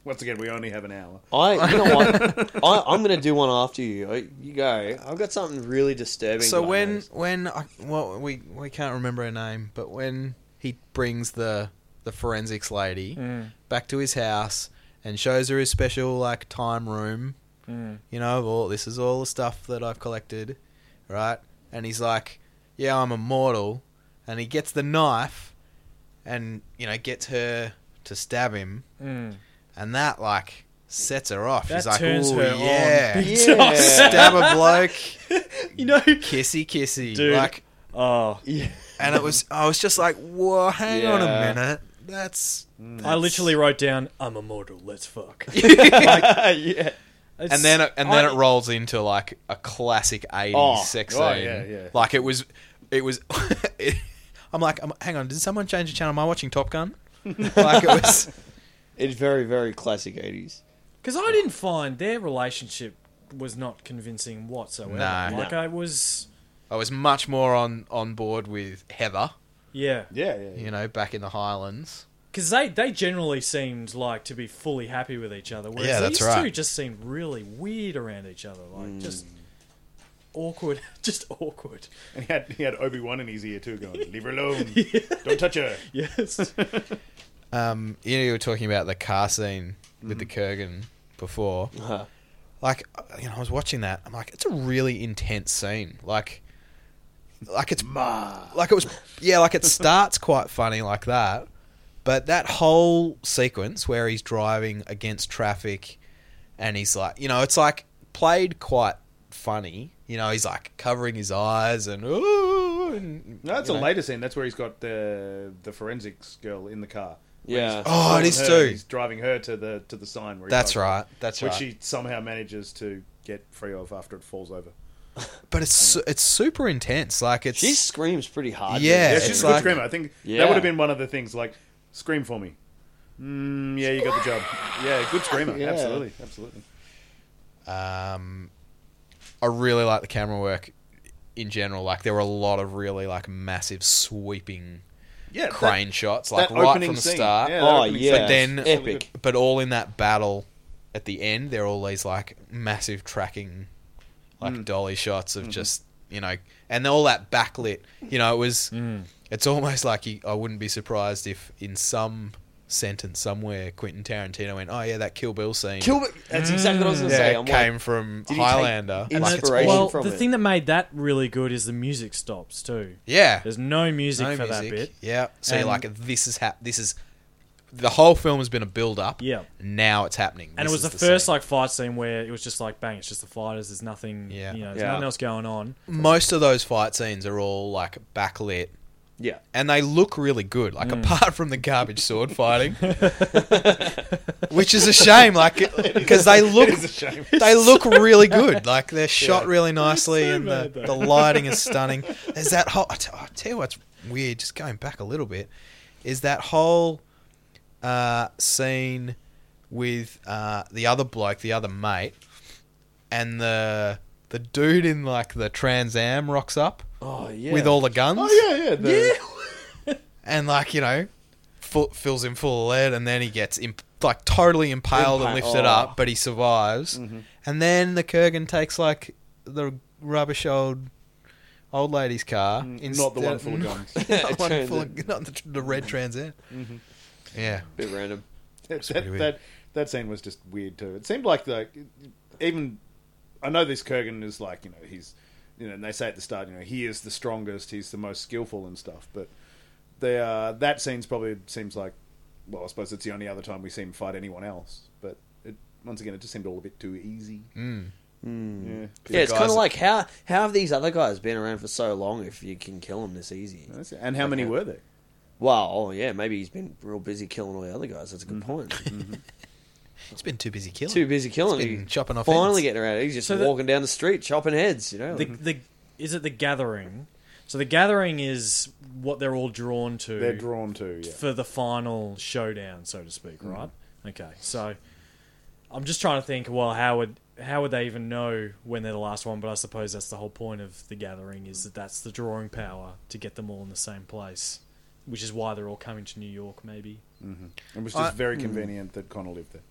[SPEAKER 4] Once again, we only have an hour.
[SPEAKER 3] I you know what? I, I'm gonna do one after you. I- You go. I've got something really disturbing.
[SPEAKER 5] So
[SPEAKER 3] that I
[SPEAKER 5] when
[SPEAKER 3] noticed.
[SPEAKER 5] when I, well we we can't remember her name, but when he brings the the forensics lady
[SPEAKER 4] Hmm.
[SPEAKER 1] Mm.
[SPEAKER 5] back to his house and shows her his special like time room,
[SPEAKER 1] Mm.
[SPEAKER 5] you know, of all this is all the stuff that I've collected, right? And he's like, "Yeah, I'm immortal," and he gets the knife, and you know, gets her to stab him,
[SPEAKER 1] Mm.
[SPEAKER 5] and that like sets her off.
[SPEAKER 1] That
[SPEAKER 5] She's like,
[SPEAKER 1] turns
[SPEAKER 5] "Ooh,
[SPEAKER 1] her
[SPEAKER 5] yeah.
[SPEAKER 1] on. big
[SPEAKER 3] Yeah.
[SPEAKER 1] time.
[SPEAKER 5] Stab a bloke,
[SPEAKER 1] you know.
[SPEAKER 5] kissy kissy,
[SPEAKER 1] Dude.
[SPEAKER 5] like
[SPEAKER 1] Oh,
[SPEAKER 3] Yeah.
[SPEAKER 5] and it was I was just like, whoa, hang on a
[SPEAKER 3] Yeah.
[SPEAKER 5] minute. That's, that's
[SPEAKER 1] I literally wrote down, "I'm immortal. Let's fuck."
[SPEAKER 3] yeah.
[SPEAKER 1] It's-
[SPEAKER 5] and then it- and then
[SPEAKER 1] I-
[SPEAKER 5] it rolls into like a classic '80s
[SPEAKER 4] Oh,
[SPEAKER 5] sex
[SPEAKER 4] oh,
[SPEAKER 5] scene.
[SPEAKER 4] yeah, yeah.
[SPEAKER 5] Like it was, it was. it- I'm like, I'm, hang on, did someone change the channel? Am I watching Top Gun? like it was.
[SPEAKER 3] It's very very classic eighties.
[SPEAKER 1] Because I didn't find their relationship was not convincing whatsoever.
[SPEAKER 5] No.
[SPEAKER 1] like
[SPEAKER 3] No.
[SPEAKER 1] I was,
[SPEAKER 5] I was much more on on board with Heather.
[SPEAKER 1] yeah.
[SPEAKER 4] Yeah, yeah. yeah.
[SPEAKER 5] You know, back in the Highlands.
[SPEAKER 1] Because they, they generally seemed like to be fully happy with each other, whereas
[SPEAKER 5] Yeah, that's
[SPEAKER 1] these two
[SPEAKER 5] right.
[SPEAKER 1] just seemed really weird around each other, like
[SPEAKER 3] Mm.
[SPEAKER 1] just awkward, just awkward.
[SPEAKER 4] And he had he had Obi Wan in his ear too, going, "Leave her alone, don't touch her."
[SPEAKER 1] Yes,
[SPEAKER 5] Um, you know, you were talking about the car scene with the
[SPEAKER 4] Mm-hmm.
[SPEAKER 5] Kurgan before.
[SPEAKER 3] Uh-huh.
[SPEAKER 5] like uh, you know, I was watching that. I'm like, it's a really intense scene. Like, like it's like it was, yeah, like it starts quite funny like that, but that whole sequence where he's driving against traffic, and he's like, you know, it's like played quite funny. You know, he's like covering his eyes and "Ooh," before? And,
[SPEAKER 4] No, that's
[SPEAKER 5] you
[SPEAKER 4] a
[SPEAKER 5] know.
[SPEAKER 4] later scene. That's where he's got the the forensics girl in the car.
[SPEAKER 3] Yeah.
[SPEAKER 5] Oh, it
[SPEAKER 4] Following
[SPEAKER 5] is
[SPEAKER 4] her,
[SPEAKER 5] too.
[SPEAKER 4] He's driving her to the to the sign. Where he
[SPEAKER 5] That's
[SPEAKER 4] parked.
[SPEAKER 5] right. That's
[SPEAKER 4] Which
[SPEAKER 5] right.
[SPEAKER 4] she somehow manages to get free of after it falls over.
[SPEAKER 5] but it's su- it's super intense. Like it's
[SPEAKER 3] She screams pretty hard.
[SPEAKER 5] Yeah,
[SPEAKER 4] Yeah,
[SPEAKER 5] it's
[SPEAKER 4] she's a good
[SPEAKER 5] like-
[SPEAKER 4] screamer. I think
[SPEAKER 3] Yeah.
[SPEAKER 4] that would have been one of the things. Like, scream for me. Mm, yeah, you got the job. Yeah, good screamer.
[SPEAKER 3] Yeah.
[SPEAKER 4] Absolutely, absolutely.
[SPEAKER 5] um, I really like the camera work in general. Like there were a lot of really like massive sweeping
[SPEAKER 4] Yeah, that-
[SPEAKER 5] crane shots, like
[SPEAKER 4] that
[SPEAKER 5] right
[SPEAKER 4] opening
[SPEAKER 5] from the
[SPEAKER 4] scene.
[SPEAKER 5] start.
[SPEAKER 4] Yeah, that
[SPEAKER 3] Oh
[SPEAKER 4] opening
[SPEAKER 3] yeah.
[SPEAKER 5] But
[SPEAKER 4] scene.
[SPEAKER 5] then-
[SPEAKER 3] epic.
[SPEAKER 5] But all in that battle at the end, there are all these like massive tracking, like
[SPEAKER 4] Mm.
[SPEAKER 5] dolly shots
[SPEAKER 4] Mm-hmm.
[SPEAKER 5] of just you know, and all that backlit. You know, it was.
[SPEAKER 4] Mm.
[SPEAKER 5] It's almost like you, I wouldn't be surprised if in some sentence somewhere Quentin Tarantino went, "Oh yeah, that Kill Bill scene."
[SPEAKER 3] Kill me. That's exactly what I was going to
[SPEAKER 5] Mm, yeah,
[SPEAKER 3] say. I'm
[SPEAKER 5] came
[SPEAKER 3] like,
[SPEAKER 5] from
[SPEAKER 3] did he take
[SPEAKER 5] Highlander.
[SPEAKER 3] in-
[SPEAKER 5] Like,
[SPEAKER 1] And
[SPEAKER 5] it's
[SPEAKER 1] that's-
[SPEAKER 3] inspiration
[SPEAKER 1] well,
[SPEAKER 3] from
[SPEAKER 1] the
[SPEAKER 3] it.
[SPEAKER 1] thing that made that really good is the music stops too.
[SPEAKER 5] yeah,
[SPEAKER 1] There's no music
[SPEAKER 5] no
[SPEAKER 1] for
[SPEAKER 5] music.
[SPEAKER 1] that bit.
[SPEAKER 5] Yeah, so you're
[SPEAKER 1] And-
[SPEAKER 5] like this is hap- this is the whole film has been a build up.
[SPEAKER 1] Yeah.
[SPEAKER 5] now it's happening,
[SPEAKER 1] And
[SPEAKER 5] This
[SPEAKER 1] it was
[SPEAKER 5] is
[SPEAKER 1] the, first
[SPEAKER 5] scene.
[SPEAKER 1] like fight scene where it was just like bang, it's just the fighters. There's nothing,
[SPEAKER 5] Yeah.
[SPEAKER 1] you know, there's
[SPEAKER 4] Yeah.
[SPEAKER 1] nothing else going on.
[SPEAKER 5] most of those fight scenes are all like backlit
[SPEAKER 4] Yeah.
[SPEAKER 5] and they look really good like
[SPEAKER 4] Mm.
[SPEAKER 5] apart from the garbage sword fighting which is a shame like because they look
[SPEAKER 4] It's a shame.
[SPEAKER 5] they look really good like they're shot really nicely
[SPEAKER 1] so
[SPEAKER 5] and
[SPEAKER 1] bad,
[SPEAKER 5] the,
[SPEAKER 1] though.
[SPEAKER 5] the lighting is stunning there's that whole I, t- I tell you what's weird just going back a little bit is that whole uh, scene with uh, the other bloke the other mate and the the dude in like the Trans Am rocks up
[SPEAKER 3] oh yeah.
[SPEAKER 5] with all the guns
[SPEAKER 4] Oh yeah, yeah. The,
[SPEAKER 5] and like you know full, fills him full of lead and then he gets imp- like totally impaled and
[SPEAKER 3] Impa-
[SPEAKER 5] lifted
[SPEAKER 3] oh.
[SPEAKER 5] up but he survives
[SPEAKER 4] Mm-hmm.
[SPEAKER 5] and then the Kurgan takes like the rubbish old old lady's car
[SPEAKER 4] Mm, Not the one full of guns. Mm-hmm.
[SPEAKER 5] not, one
[SPEAKER 3] Trans
[SPEAKER 5] full
[SPEAKER 3] Am.
[SPEAKER 5] of- not the, tr- the red Trans Am yeah
[SPEAKER 3] bit random.
[SPEAKER 4] that,
[SPEAKER 5] pretty
[SPEAKER 4] that,
[SPEAKER 5] weird.
[SPEAKER 4] that that scene was just weird too. It seemed like the even I know this Kurgan is like you know he's you know and they say at the start you know he is the strongest, he's the most skillful and stuff. But they uh, that scene's probably seems like well I suppose it's the only other time we see him fight anyone else. But it, once again it just seemed all a bit too easy. Yeah.
[SPEAKER 3] Yeah, it's
[SPEAKER 5] guys-
[SPEAKER 3] kind of like how how have these other guys been around for so long if you can kill them this easy?
[SPEAKER 4] That's it. And how many
[SPEAKER 3] Okay.
[SPEAKER 4] were there?
[SPEAKER 3] Well, oh yeah, maybe he's been real busy killing all the other guys. That's a
[SPEAKER 5] Mm.
[SPEAKER 3] good point.
[SPEAKER 5] it's been too busy killing
[SPEAKER 3] Too busy killing.
[SPEAKER 5] He's been
[SPEAKER 3] He-
[SPEAKER 5] chopping off heads.
[SPEAKER 3] Finally getting around. it. He's just
[SPEAKER 1] So the-
[SPEAKER 3] walking down the street chopping heads. You know.
[SPEAKER 1] The, the is it the gathering? So the gathering is what they're all drawn to.
[SPEAKER 4] They're drawn to yeah.
[SPEAKER 1] for the final showdown, so to speak, right? Okay, so I'm just trying to think. Well, how would how would they even know when they're the last one? But I suppose that's the whole point of the gathering is that that's the drawing power to get them all in the same place, which is why they're all coming to New York. Maybe
[SPEAKER 4] It was just
[SPEAKER 5] I-
[SPEAKER 4] very convenient that Connor lived there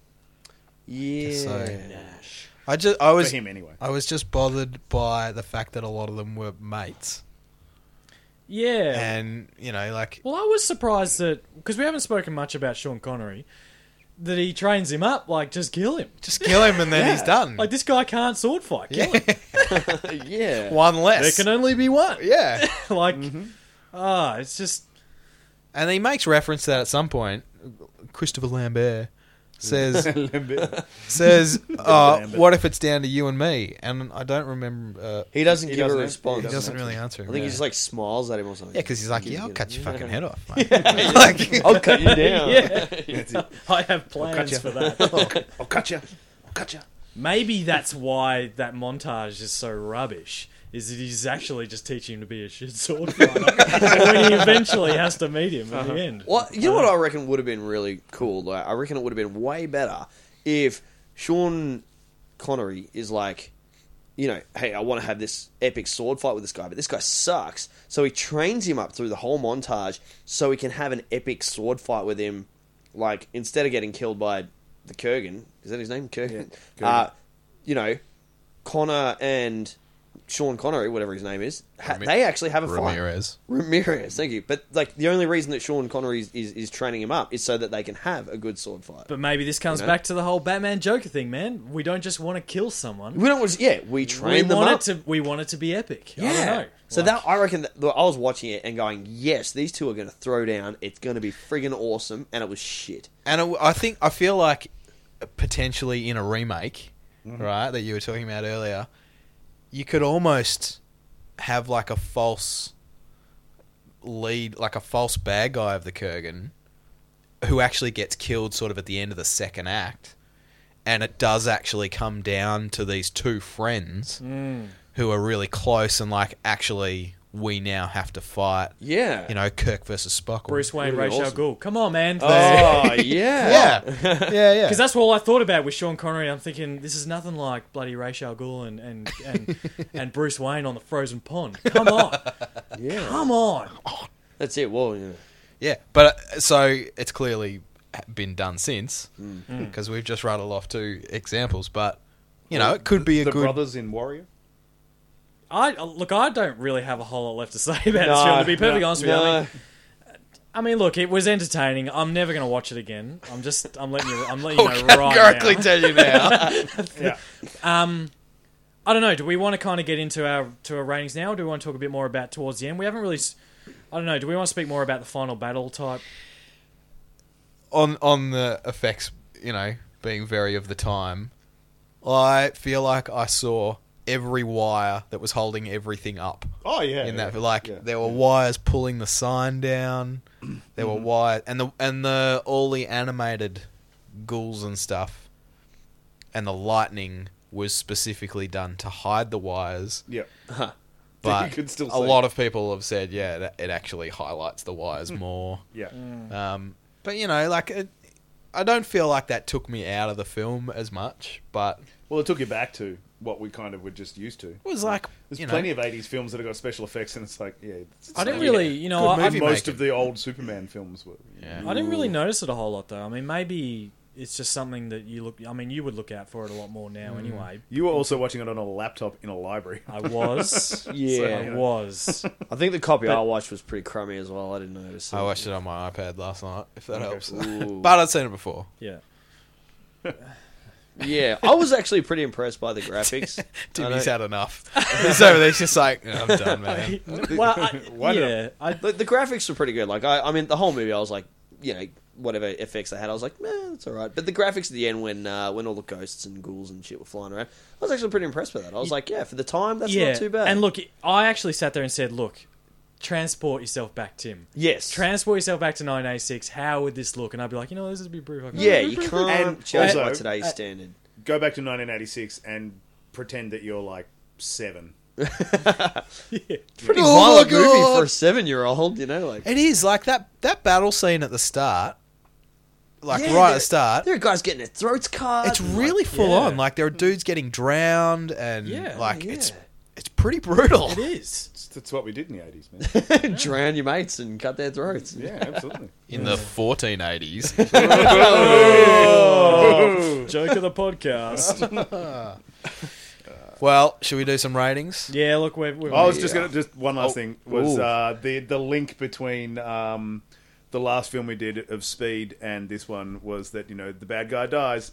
[SPEAKER 3] yeah.
[SPEAKER 5] so.
[SPEAKER 1] Nash.
[SPEAKER 5] I just I
[SPEAKER 4] for
[SPEAKER 5] was
[SPEAKER 4] him anyway.
[SPEAKER 5] I was just bothered by the fact that a lot of them were mates
[SPEAKER 1] Yeah.
[SPEAKER 5] and you know like
[SPEAKER 1] well, I was surprised that because we haven't spoken much about Sean Connery, that he trains him up like just kill him.
[SPEAKER 5] just kill him and then he's done
[SPEAKER 1] Like this guy can't sword fight. Kill him.
[SPEAKER 5] yeah.
[SPEAKER 3] yeah.
[SPEAKER 5] one
[SPEAKER 1] There
[SPEAKER 5] less
[SPEAKER 1] can only be one.
[SPEAKER 5] yeah
[SPEAKER 1] like,
[SPEAKER 3] Mm-hmm.
[SPEAKER 1] ah, it's just
[SPEAKER 5] And he makes reference to that at some point. Christopher Lambert says says, uh,
[SPEAKER 4] Lambert.
[SPEAKER 5] "What if it's down to you and me?" And I don't remember. Uh,
[SPEAKER 3] He doesn't
[SPEAKER 4] He
[SPEAKER 3] give
[SPEAKER 4] doesn't-
[SPEAKER 3] a
[SPEAKER 4] he
[SPEAKER 3] response.
[SPEAKER 5] he
[SPEAKER 4] doesn't
[SPEAKER 5] doesn't
[SPEAKER 4] answer.
[SPEAKER 5] really answer.
[SPEAKER 3] I
[SPEAKER 5] Him,
[SPEAKER 3] think
[SPEAKER 5] yeah.
[SPEAKER 3] he just like smiles at him or something.
[SPEAKER 5] yeah, because he's like,
[SPEAKER 3] Give-
[SPEAKER 5] "Yeah, I'll
[SPEAKER 3] give-
[SPEAKER 5] cut your
[SPEAKER 3] yeah.
[SPEAKER 5] fucking head off." mate." like,
[SPEAKER 3] I'll cut you down.
[SPEAKER 1] yeah. I have plans for that.
[SPEAKER 4] I'll cut you. I'll cut you.
[SPEAKER 1] Maybe that's why that montage is so rubbish. Is that he's actually just teaching him to be a shit sword fighter So when he eventually has to meet him at the end. Uh,
[SPEAKER 3] Well, you know Uh-huh.
[SPEAKER 4] uh,
[SPEAKER 3] what I reckon would have been really cool. Like, I reckon it would have been way better if Sean Connery is like, you know, hey, I want to have this epic sword fight with this guy, but this guy sucks. So he trains him up through the whole montage so he can have an epic sword fight with him. Like instead of getting killed by the Kurgan, is that his name? Kurgan.
[SPEAKER 4] Yeah, Kurgan.
[SPEAKER 3] Uh, you know, Connor and Sean Connery, whatever his name is, ha-
[SPEAKER 5] Rami-
[SPEAKER 3] they actually have a fight.
[SPEAKER 5] Ramirez.
[SPEAKER 3] Ramirez, thank you. But like the only reason that Sean Connery is, is, is training him up is so that they can have a good sword fight.
[SPEAKER 1] But maybe this comes
[SPEAKER 3] You know?
[SPEAKER 1] back to the whole Batman Joker thing, man. We don't just want to kill someone.
[SPEAKER 3] we don't want to, yeah, we
[SPEAKER 1] We
[SPEAKER 3] train them
[SPEAKER 1] want
[SPEAKER 3] up.
[SPEAKER 1] it to. We want it to be epic.
[SPEAKER 3] yeah.
[SPEAKER 1] I don't know.
[SPEAKER 3] So
[SPEAKER 1] Like,
[SPEAKER 3] that I reckon that look, I was watching it and going, yes, these two are going to throw down. It's going to be friggin' awesome, and it was shit.
[SPEAKER 5] And I- I think I feel like potentially in a remake,
[SPEAKER 1] Mm-hmm.
[SPEAKER 5] right, that you were talking about earlier, you could almost have like a false lead, like a false bad guy of the Kurgan, who actually gets killed sort of at the end of the second act, and it does actually come down to these two friends
[SPEAKER 1] Mm.
[SPEAKER 5] who are really close and like actually we now have to fight.
[SPEAKER 3] Yeah.
[SPEAKER 5] You know, Kirk versus Spock. or-
[SPEAKER 1] Bruce Wayne,
[SPEAKER 3] Would've been
[SPEAKER 1] Rachel
[SPEAKER 3] awesome.
[SPEAKER 1] Gould. Come on, man.
[SPEAKER 3] Oh yeah.
[SPEAKER 5] Yeah, yeah, yeah.
[SPEAKER 1] Because that's all I thought about with Sean Connery. I'm thinking this is nothing like bloody Rachel Gould and and and, and Bruce Wayne on the frozen pond. Come on,
[SPEAKER 3] Yeah.
[SPEAKER 1] come on.
[SPEAKER 3] That's it. Well, yeah.
[SPEAKER 5] Yeah, but uh, so it's clearly been done since
[SPEAKER 1] Mm.
[SPEAKER 5] because we've just rattled off two examples. But you know, it could be a
[SPEAKER 4] the
[SPEAKER 5] good.
[SPEAKER 4] brothers in Warrior.
[SPEAKER 1] I uh, look. I don't really have a whole lot left to say about
[SPEAKER 3] No,
[SPEAKER 1] this film. To be perfectly
[SPEAKER 4] no,
[SPEAKER 1] honest with you, I mean, I mean, look, it was entertaining. I'm never going to watch it again. I'm just. I'm letting you. I'm letting you know right now.
[SPEAKER 5] Categorically tell you now.
[SPEAKER 4] Yeah.
[SPEAKER 1] I don't know. Do we want to kind of get into our to our ratings now, or do we want to talk a bit more about towards the end? We haven't really. s- I don't know. Do we want to speak more about the final battle type?
[SPEAKER 5] on on the effects, you know, being very of the time. I feel like I saw every wire that was holding everything up
[SPEAKER 4] Oh yeah.
[SPEAKER 5] in
[SPEAKER 4] yeah,
[SPEAKER 5] that. Like
[SPEAKER 4] yeah.
[SPEAKER 5] there were wires pulling the sign down. There
[SPEAKER 4] Mm-hmm.
[SPEAKER 5] were wires, and the and the all the animated ghouls and stuff, and the lightning was specifically done to hide the wires.
[SPEAKER 4] Yeah.
[SPEAKER 5] But
[SPEAKER 4] could still
[SPEAKER 5] a
[SPEAKER 4] see.
[SPEAKER 5] lot of people have said, yeah, that it actually highlights the
[SPEAKER 4] Hmm.
[SPEAKER 5] wires more.
[SPEAKER 4] Yeah.
[SPEAKER 5] Um, but you know, like it, I don't feel like that took me out of the film as much, but
[SPEAKER 4] Well, it took you back to what we kind of were just used to.
[SPEAKER 5] it was like
[SPEAKER 4] There's
[SPEAKER 5] you know,
[SPEAKER 4] plenty of '80s films that have got special effects, and it's like, yeah. It's,
[SPEAKER 1] I didn't really. You know,
[SPEAKER 5] Good
[SPEAKER 1] I,
[SPEAKER 5] movie.
[SPEAKER 1] I,
[SPEAKER 4] and most
[SPEAKER 5] making.
[SPEAKER 4] of the old Superman films were.
[SPEAKER 5] Yeah.
[SPEAKER 1] I didn't really notice it a whole lot though. I mean, maybe it's just something that you look. I mean, you would look out for it a lot more
[SPEAKER 3] Mm.
[SPEAKER 1] now. Anyway,
[SPEAKER 4] You were also watching it on a laptop in a library.
[SPEAKER 1] I was.
[SPEAKER 3] Yeah.
[SPEAKER 1] I was.
[SPEAKER 3] I think the copy I watched was pretty crummy as well. I didn't notice. It.
[SPEAKER 5] I watched it on my iPad last night, if that helps.
[SPEAKER 3] Ooh.
[SPEAKER 5] but I'd seen it before.
[SPEAKER 1] Yeah.
[SPEAKER 3] yeah, I was actually pretty impressed by the graphics.
[SPEAKER 5] Timmy's
[SPEAKER 3] know.
[SPEAKER 5] had enough. He's over there, he's just like, "Yeah, I'm done, man.
[SPEAKER 1] well, I,
[SPEAKER 4] Why did
[SPEAKER 1] yeah. I,
[SPEAKER 3] The, the graphics were pretty good. Like I, I mean, the whole movie, I was like, you know, whatever effects they had, I was like, man, that's all right. But the graphics at the end, when uh, when all the ghosts and ghouls and shit were flying around, I was actually pretty impressed with that. I was like, yeah, for the time, that's
[SPEAKER 1] yeah.
[SPEAKER 3] not too bad.
[SPEAKER 1] And look, I actually sat there and said, "Look, transport yourself back, Tim.
[SPEAKER 3] yes,
[SPEAKER 1] Transport yourself back to 1986. How would this look?" And I'd be like, "You know, this would be pretty fucking
[SPEAKER 3] yeah, you can't
[SPEAKER 4] And
[SPEAKER 3] judge by
[SPEAKER 4] also-
[SPEAKER 3] today's
[SPEAKER 1] uh,
[SPEAKER 3] standard.
[SPEAKER 4] Go back to 1986 and pretend that you're like seven.
[SPEAKER 3] Pretty
[SPEAKER 5] Oh my
[SPEAKER 3] wild movie
[SPEAKER 5] God.
[SPEAKER 3] for a seven-year-old, you know, like
[SPEAKER 5] It is like that that battle scene at the start, like
[SPEAKER 3] Yeah,
[SPEAKER 5] right at
[SPEAKER 3] they're-
[SPEAKER 5] the start.
[SPEAKER 3] There are guys getting their throats cut.
[SPEAKER 5] It's
[SPEAKER 3] and,
[SPEAKER 5] really full
[SPEAKER 1] yeah.
[SPEAKER 5] on. Like there are dudes getting drowned, and
[SPEAKER 1] Yeah.
[SPEAKER 5] like
[SPEAKER 3] Yeah.
[SPEAKER 5] it's it's pretty brutal.
[SPEAKER 1] It is.
[SPEAKER 4] It's- That's what we did in the 80s, man.
[SPEAKER 3] like, drown your mates and cut their throats.
[SPEAKER 4] Yeah, absolutely.
[SPEAKER 5] In the 1480s,
[SPEAKER 1] Joke of the podcast.
[SPEAKER 5] Well, should we do some ratings?
[SPEAKER 1] yeah. Look, we're. we're
[SPEAKER 4] Oh, I was just
[SPEAKER 3] Yeah.
[SPEAKER 4] gonna just one last
[SPEAKER 5] Oh.
[SPEAKER 4] thing was
[SPEAKER 3] Ooh.
[SPEAKER 4] uh, the the link between um, the last film we did of Speed and this one was that you know the bad guy dies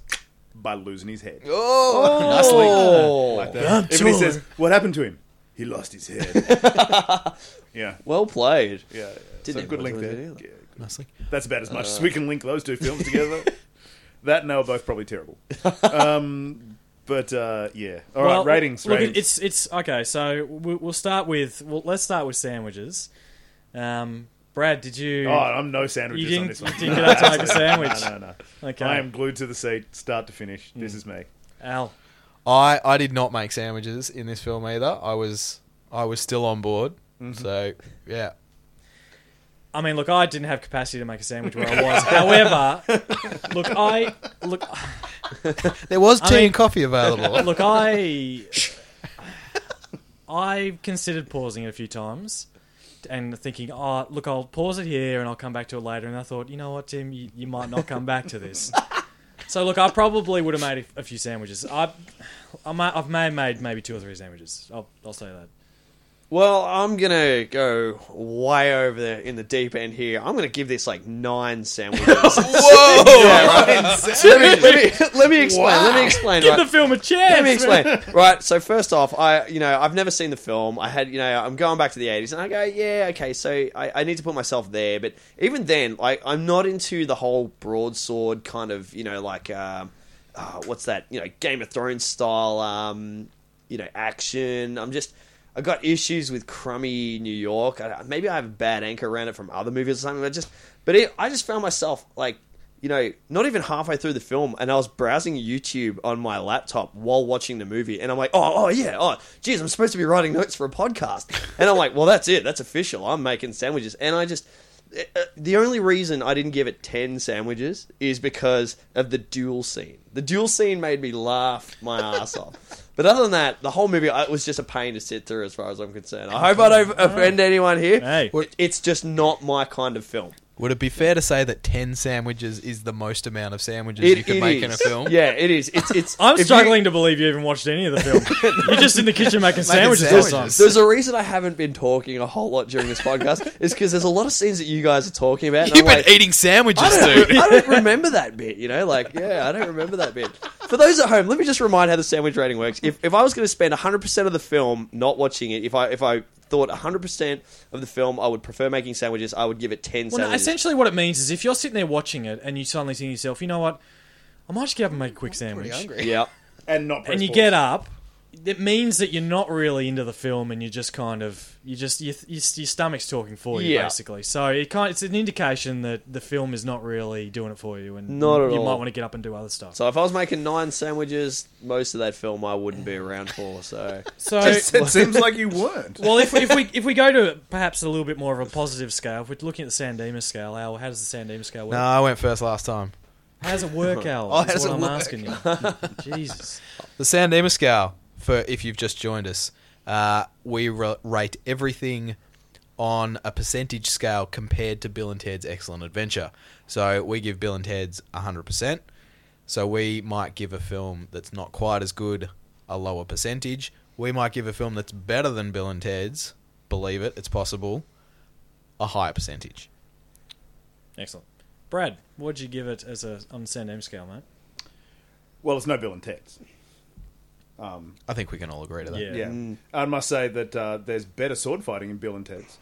[SPEAKER 4] by losing his head.
[SPEAKER 5] Oh,
[SPEAKER 3] Oh.
[SPEAKER 4] Like that. Even he says, "What happened to him? He lost his head." yeah,
[SPEAKER 3] Well played.
[SPEAKER 4] yeah.
[SPEAKER 3] Didn't
[SPEAKER 4] so good
[SPEAKER 3] everyone
[SPEAKER 4] link
[SPEAKER 3] do
[SPEAKER 4] there.
[SPEAKER 3] that either? Uh.
[SPEAKER 4] Yeah, good.
[SPEAKER 5] nicely.
[SPEAKER 4] That's about as much as we can link those two films together. that and they were both probably terrible. Um, but uh, yeah, all right.
[SPEAKER 1] Well,
[SPEAKER 4] ratings.
[SPEAKER 1] Look,
[SPEAKER 4] ratings.
[SPEAKER 1] it's it's okay. So we- we'll start with well, let's start with sandwiches. Um, Brad, did you?
[SPEAKER 4] oh, I'm no sandwiches
[SPEAKER 1] you didn't,
[SPEAKER 4] on this one.
[SPEAKER 1] didn't get out to make a sandwich.
[SPEAKER 4] no, no, no.
[SPEAKER 1] Okay, Hmm.
[SPEAKER 4] I am glued to the seat, start to finish. This is me.
[SPEAKER 1] Al.
[SPEAKER 5] I I did not make sandwiches in this film either. I was I was still on board. So yeah,
[SPEAKER 1] I mean, look, I didn't have capacity to make a sandwich where I was. However, look, I look
[SPEAKER 5] there was tea
[SPEAKER 1] mean-
[SPEAKER 5] and coffee available.
[SPEAKER 1] look, I I considered pausing it a few times and thinking, oh, look, I'll pause it here and I'll come back to it later. And I thought, you know what, Tim, you, you might not come back to this. so look, I probably would have made a, a few sandwiches. I, I might, I've may have made maybe two or three sandwiches. I'll, I'll say that.
[SPEAKER 3] Well, I'm gonna go way over the, in the deep end here. I'm gonna give this like nine sandwiches. let, me, let, me, let me explain. Let me explain.
[SPEAKER 1] Give
[SPEAKER 3] right?
[SPEAKER 1] the film a chance.
[SPEAKER 3] Let me
[SPEAKER 1] man.
[SPEAKER 3] explain. right. So first off, I you know I've never seen the film. I had you know I'm going back to the 80s, and I go yeah okay. So I, I need to put myself there, but even then, like I'm not into the whole broadsword kind of you know like um, uh, what's that you know Game of Thrones style um, you know action. I'm just I got issues with crummy New York. I, maybe I have a bad anchor around it from other movies or something. But just, but it, I just found myself like, you know, not even halfway through the film, and I was browsing YouTube on my laptop while watching the movie, and I'm like, oh, oh yeah, oh, geez, I'm supposed to be writing notes for a podcast, and I'm like, well, that's it, that's official. I'm making sandwiches, and I just. uh, The only reason I didn't give it 10 sandwiches is because of the duel scene. The duel scene made me laugh my ass off. But other than that, the whole movie I- it was just a pain to sit through, as far as I'm concerned. I hope I don't offend anyone here.
[SPEAKER 1] Hey.
[SPEAKER 3] It- It's just not my kind of film.
[SPEAKER 5] Would it be fair to say that ten sandwiches is the most amount of sandwiches
[SPEAKER 3] It-
[SPEAKER 5] you can
[SPEAKER 3] it
[SPEAKER 5] make in a
[SPEAKER 3] is.
[SPEAKER 5] film?
[SPEAKER 3] Yeah, it is. It's it's.
[SPEAKER 1] I'm
[SPEAKER 3] if you-
[SPEAKER 1] struggling to believe you even watched any of the film. You're just in the kitchen making sandwiches all the time.
[SPEAKER 5] sandwiches.
[SPEAKER 3] There's a reason I haven't been talking a whole lot during this podcast is because there's a lot of scenes that you guys are talking about. and
[SPEAKER 5] You've
[SPEAKER 3] I'm
[SPEAKER 5] been
[SPEAKER 3] like,
[SPEAKER 5] eating sandwiches,
[SPEAKER 3] I don't,
[SPEAKER 5] dude.
[SPEAKER 3] I don't remember that bit, you know? Like, yeah, I don't remember that bit. For those at home, let me just remind how the sandwich rating works. If, if I was going to spend 100% of the film not watching it, if I if I thought 100% of the film I would prefer making sandwiches, I would give it 10
[SPEAKER 1] Well, no,
[SPEAKER 3] sandwiches.
[SPEAKER 1] essentially, what it means is if you're sitting there watching it and you suddenly think to yourself, you know what, I might just get up and make a quick sandwich.
[SPEAKER 3] yeah.
[SPEAKER 4] and not press
[SPEAKER 1] And you
[SPEAKER 4] pause.
[SPEAKER 1] get up, it means that you're not really into the film and you're just kind of you just your, your, your stomach's talking for you
[SPEAKER 3] Yeah.
[SPEAKER 1] basically. So it kind it's an indication that the film is not really doing it for you, and
[SPEAKER 3] Not at
[SPEAKER 1] you
[SPEAKER 3] all.
[SPEAKER 1] might want to get up and do other stuff. So,
[SPEAKER 3] So if I was making nine sandwiches, most of that film I wouldn't be around for. So
[SPEAKER 4] It seems like you weren't.
[SPEAKER 1] well, if, if we if we go to perhaps a little bit more of a positive scale, if we're looking at the San Dimas scale, Al, how does the San Dimas scale work?
[SPEAKER 5] No, I went first last time.
[SPEAKER 1] How does it work, Al?
[SPEAKER 5] Oh, how
[SPEAKER 1] That's
[SPEAKER 5] does
[SPEAKER 1] what I'm
[SPEAKER 5] it work?
[SPEAKER 1] asking you. Jesus.
[SPEAKER 5] The San Dimas scale for if you've just joined us, uh, we ra- rate everything on a percentage scale compared to Bill and Ted's Excellent Adventure. So we give Bill and Ted's hundred percent. So we might give a film that's not quite as good a lower percentage. We might give a film that's better than Bill and Ted's. Believe it, it's possible. A higher percentage.
[SPEAKER 1] Excellent. Brad, what'd you give it as a on the San Dimas scale, mate?
[SPEAKER 4] Well, it's no Bill and Ted's. Um,
[SPEAKER 5] I think we can all agree to that.
[SPEAKER 1] Yeah.
[SPEAKER 4] Yeah.
[SPEAKER 3] Hmm.
[SPEAKER 4] I must say that uh, there's better sword fighting in Bill and Ted's.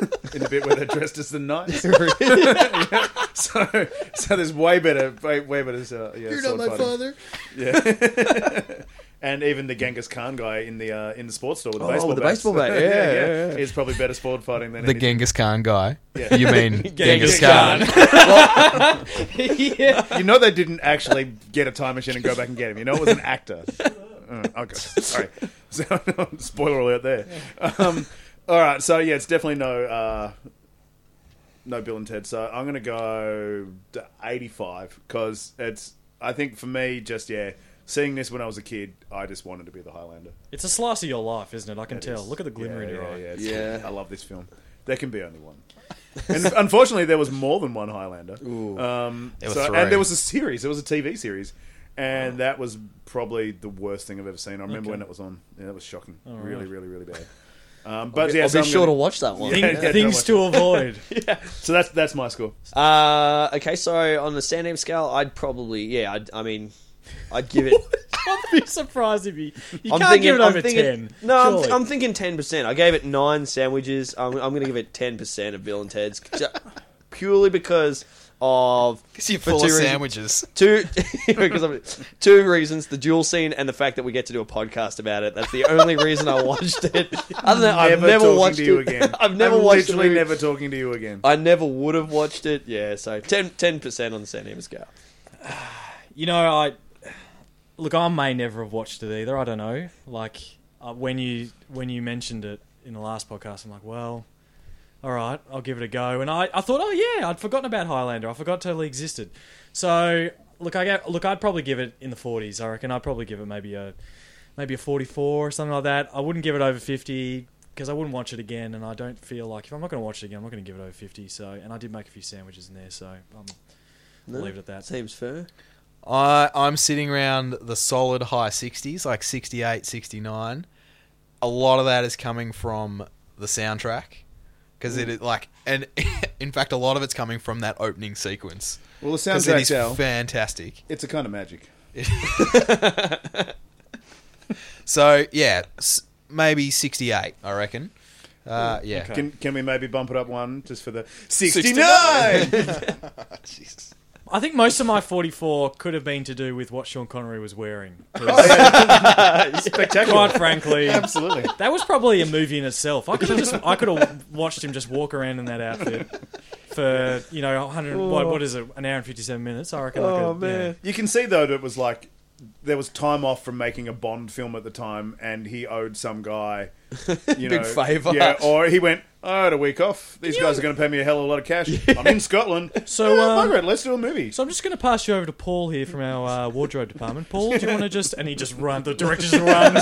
[SPEAKER 4] in the bit where they're dressed as the knights. Yeah. So, so there's way better, way, way better. Uh, yeah, sword fighting. Yeah. and even the Genghis Khan guy in the uh, in the sports store with the
[SPEAKER 3] Oh,
[SPEAKER 4] baseball
[SPEAKER 3] with the
[SPEAKER 4] bat.
[SPEAKER 3] baseball bat. Yeah, yeah, yeah.
[SPEAKER 4] It's probably better sword fighting than
[SPEAKER 5] The
[SPEAKER 4] anything.
[SPEAKER 5] Genghis Khan guy.
[SPEAKER 4] Yeah.
[SPEAKER 5] You mean Genghis, Khan?
[SPEAKER 1] yeah.
[SPEAKER 4] You know they didn't actually get a time machine and go back and get him. You know it was an actor. Mm, okay, sorry. So, spoiler alert there. Um, all right, so yeah, it's definitely no uh, no Bill and Ted. So I'm going to go to 85 because it's. I think for me, just yeah, seeing this when I was a kid, I just wanted to be the Highlander.
[SPEAKER 1] It's a slice of your life, isn't it? I can
[SPEAKER 4] It
[SPEAKER 1] tell.
[SPEAKER 4] is.
[SPEAKER 1] Look at the glimmer
[SPEAKER 4] yeah,
[SPEAKER 1] in your
[SPEAKER 4] yeah,
[SPEAKER 1] eye.
[SPEAKER 4] Yeah,
[SPEAKER 3] Yeah.
[SPEAKER 4] yeah. I love this film. There can be only one. And unfortunately, there was more than one Highlander. Um,
[SPEAKER 5] There were
[SPEAKER 4] so-
[SPEAKER 5] three.
[SPEAKER 4] and there was a series. There was a TV series,
[SPEAKER 3] Oh.
[SPEAKER 4] and that was probably the worst thing I've ever seen. I remember when it was on. Yeah, that was shocking. Really, really, really bad. Um, but yeah,
[SPEAKER 3] I'll
[SPEAKER 4] so
[SPEAKER 3] be
[SPEAKER 4] I'm
[SPEAKER 3] sure to
[SPEAKER 4] gonna-
[SPEAKER 3] watch that one.
[SPEAKER 1] Thing-
[SPEAKER 4] Yeah, yeah,
[SPEAKER 1] things to avoid.
[SPEAKER 4] So that's that's my score.
[SPEAKER 3] Uh, okay, so on the San Dimas scale, I'd probably yeah. I'd, I mean, I'd give it.
[SPEAKER 1] I'd be surprised if you you
[SPEAKER 3] I'm
[SPEAKER 1] can't
[SPEAKER 3] thinking,
[SPEAKER 1] give it
[SPEAKER 3] I'm
[SPEAKER 1] over
[SPEAKER 3] thinking-
[SPEAKER 1] ten.
[SPEAKER 3] No, I'm,
[SPEAKER 1] surely.
[SPEAKER 3] I'm thinking ten percent. I gave it nine sandwiches. I'm, I'm going to give it ten percent of Bill and Ted's ju- purely because of
[SPEAKER 5] You're
[SPEAKER 3] for
[SPEAKER 5] full of
[SPEAKER 3] two reasons-
[SPEAKER 5] sandwiches.
[SPEAKER 3] Two because of two reasons: the duel scene and the fact that we get to do a podcast about it. That's the only reason I watched it. Other than that, I've never
[SPEAKER 4] talking
[SPEAKER 3] watched
[SPEAKER 4] to you
[SPEAKER 3] it.
[SPEAKER 4] again.
[SPEAKER 3] I've never
[SPEAKER 4] I'm
[SPEAKER 3] watched the
[SPEAKER 4] Literally
[SPEAKER 3] movie.
[SPEAKER 4] never talking to you again.
[SPEAKER 3] I never would have watched it. Yeah, so 10 percent on the San Dimas scale.
[SPEAKER 1] You know, I look. I may never have watched it either. I don't know. Like uh, when you when you mentioned it in the last podcast, I'm like, well, all right, I'll give it a go. And I, I thought, oh yeah, I'd forgotten about Highlander. I forgot it totally existed. So look, I ga- look, I'd probably give it in the 40s. I reckon I'd probably give it maybe a maybe a 44 or something like that. I wouldn't give it over 50 because I wouldn't watch it again, and I don't feel like if I'm not going to watch it again, I'm not going to give it over 50. So, and I did make a few sandwiches in there, so um,
[SPEAKER 3] No.
[SPEAKER 1] I'll leave it at that.
[SPEAKER 3] Seems fair.
[SPEAKER 5] I I'm sitting around the solid high 60s, like 68, 69. A lot of that is coming from the soundtrack because it is like and in fact a lot of it's coming from that opening sequence.
[SPEAKER 4] Well, the
[SPEAKER 5] 'Cause it
[SPEAKER 4] soundtrack's
[SPEAKER 5] is
[SPEAKER 4] out.
[SPEAKER 5] fantastic.
[SPEAKER 4] it's a kind of magic.
[SPEAKER 5] So, yeah, s- maybe 68, I reckon. Uh, yeah.
[SPEAKER 1] okay.
[SPEAKER 4] Can can we maybe bump it up one just for the
[SPEAKER 5] 69?
[SPEAKER 4] sixty nine?
[SPEAKER 5] Jesus.
[SPEAKER 1] I think most of my 44 could have been to do with what Sean Connery was wearing. 'Cause
[SPEAKER 4] Oh, Spectacular.
[SPEAKER 1] Quite frankly,
[SPEAKER 4] Absolutely.
[SPEAKER 1] that was probably a movie in itself. I could have just, I could have watched him just walk around in that outfit for you know 100. What, what is it? An hour and 57 minutes. I reckon. I
[SPEAKER 4] Oh
[SPEAKER 1] could,
[SPEAKER 4] man, you can see though that it was like there was time off from making a Bond film at the time, and he owed some guy, you know,
[SPEAKER 5] Big favour.
[SPEAKER 4] Yeah, or he went, I had a week off. These guys are going to pay me a hell of a lot of cash. I'm in Scotland,
[SPEAKER 1] So,
[SPEAKER 4] yeah,
[SPEAKER 1] um,
[SPEAKER 4] bugger it, let's do a movie.
[SPEAKER 1] So I'm just going to pass you over to Paul here from our uh, wardrobe department. Paul, do you want to just? And he just runs. The director just runs.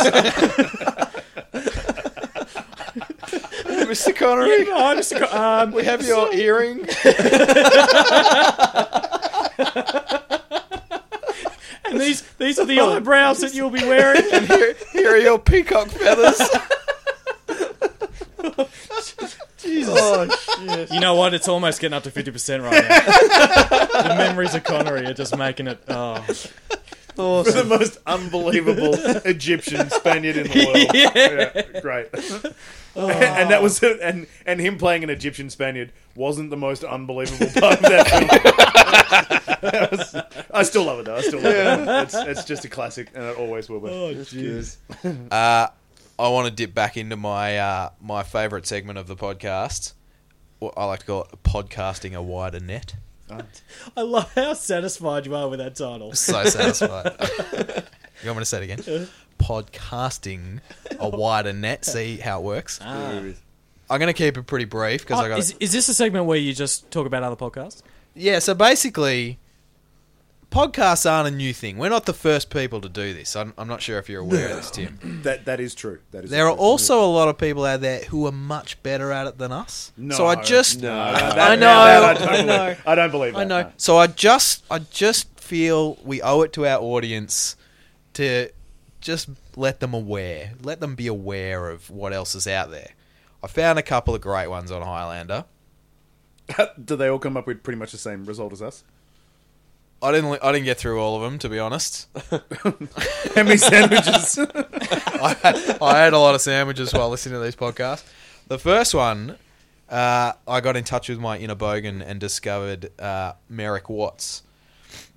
[SPEAKER 5] Mr. Connery,
[SPEAKER 1] No, I'm just go- um,
[SPEAKER 5] we have your earring.
[SPEAKER 1] and these these are the eyebrows that you'll be wearing. And
[SPEAKER 5] Here, here are your peacock feathers.
[SPEAKER 1] Oh, You know what? It's almost getting up to fifty percent right now. the memories of Connery are just making it. Oh,
[SPEAKER 4] For the most unbelievable Egyptian Spaniard in the world. Yeah, great. and that was it. And and him playing an Egyptian Spaniard wasn't the most unbelievable part of that film. That was- I still love it though. I still love it. It's, it's just a classic, and it always will be.
[SPEAKER 1] oh, jeez.
[SPEAKER 5] Uh, I want to dip back into my uh, my favourite segment of the podcast. What I like to call it podcasting a wider net.
[SPEAKER 1] I love how satisfied you are with that title.
[SPEAKER 5] So satisfied. you want me to say it again? Podcasting a wider net. See how it works. I'm going to keep Ah. it pretty brief because I
[SPEAKER 1] Oh,
[SPEAKER 5] got
[SPEAKER 1] is, is this a segment where you just talk about other podcasts?
[SPEAKER 5] Yeah, so basically, podcasts aren't a new thing. We're not the first people to do this. I'm, I'm not sure if you're aware of this, Tim.
[SPEAKER 4] That that is true. That is
[SPEAKER 5] There are
[SPEAKER 4] true.
[SPEAKER 5] also a lot of people out there who are much better at it than us.
[SPEAKER 4] No,
[SPEAKER 5] so I just,
[SPEAKER 4] no,
[SPEAKER 5] I know,
[SPEAKER 4] that I,
[SPEAKER 5] I
[SPEAKER 4] don't
[SPEAKER 5] know,
[SPEAKER 4] Believe, I don't believe.
[SPEAKER 5] I
[SPEAKER 4] That,
[SPEAKER 5] know.
[SPEAKER 4] no.
[SPEAKER 5] So I just, I just feel we owe it to our audience to just let them aware, let them be aware of what else is out there. I found a couple of great ones on Highlander.
[SPEAKER 4] Do they all come up with pretty much the same result as us?
[SPEAKER 5] I didn't, li- I didn't get through all of them, to be honest.
[SPEAKER 4] How many sandwiches?
[SPEAKER 5] I had, I had a lot of sandwiches while listening to these podcasts. The first one, uh, I got in touch with my inner bogan and discovered uh, Merrick Watts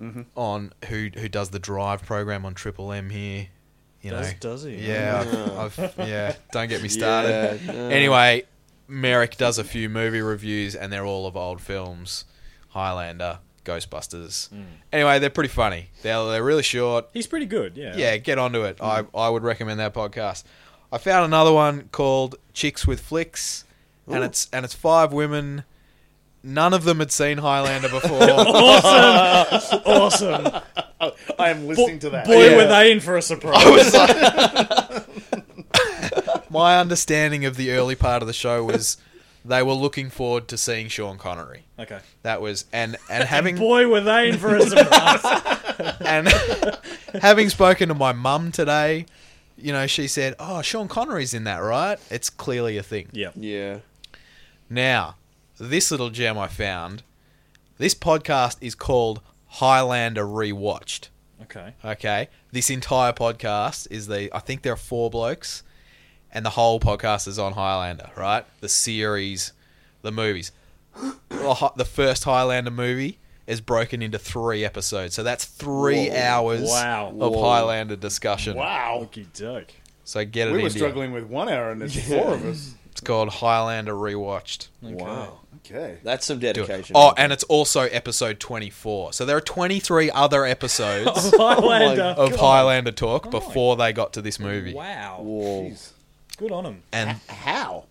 [SPEAKER 1] Mm-hmm.
[SPEAKER 5] on who who does the drive program on Triple M here. You
[SPEAKER 1] Does-
[SPEAKER 5] know,
[SPEAKER 1] does he?
[SPEAKER 5] Yeah, I've, I've, yeah. Don't get me started.
[SPEAKER 3] Yeah, no.
[SPEAKER 5] Anyway, Merrick does a few movie reviews, and they're all of old films, Highlander, Ghostbusters.
[SPEAKER 1] Mm.
[SPEAKER 5] Anyway, they're pretty funny. They're they're really short.
[SPEAKER 1] He's pretty good. Yeah.
[SPEAKER 5] Yeah, get onto it. I, I would recommend that podcast. I found another one called Chicks with Flicks, and it's and it's five women. None of them had seen Highlander before.
[SPEAKER 1] Awesome.
[SPEAKER 4] I am listening to that.
[SPEAKER 1] Boy,
[SPEAKER 5] Yeah.
[SPEAKER 1] were they in for a surprise.
[SPEAKER 5] My understanding of the early part of the show was they were looking forward to seeing Sean Connery.
[SPEAKER 1] okay.
[SPEAKER 5] That was and and having
[SPEAKER 1] Boy, were they in for a surprise.
[SPEAKER 5] and having spoken to my mum today, you know she said, "Oh, Sean Connery's in that, right? It's clearly a thing."
[SPEAKER 1] yeah.
[SPEAKER 3] Yeah.
[SPEAKER 5] Now, this little gem I found. This podcast is called Highlander Rewatched.
[SPEAKER 1] Okay.
[SPEAKER 5] Okay, this entire podcast is the. I think there are four blokes, and the whole podcast is on Highlander. Right, the series, the movies. the hi- the first Highlander movie is broken into three episodes, so that's three hours
[SPEAKER 1] Wow.
[SPEAKER 5] of
[SPEAKER 1] Whoa.
[SPEAKER 5] Highlander discussion.
[SPEAKER 4] Wow.
[SPEAKER 1] Okey doke.
[SPEAKER 5] So get it.
[SPEAKER 4] We were
[SPEAKER 5] India.
[SPEAKER 4] struggling with one hour and there's four of us.
[SPEAKER 5] It's called Highlander Rewatched.
[SPEAKER 3] Wow.
[SPEAKER 4] Okay.
[SPEAKER 3] That's some
[SPEAKER 5] Do it.
[SPEAKER 3] dedication.
[SPEAKER 5] Oh, and it's also episode 24. So there are 23 other episodes
[SPEAKER 1] Highlander.
[SPEAKER 5] of Highlander Talk before they got to this movie.
[SPEAKER 1] Wow.
[SPEAKER 3] Whoa.
[SPEAKER 1] Good on him.
[SPEAKER 5] And
[SPEAKER 4] How?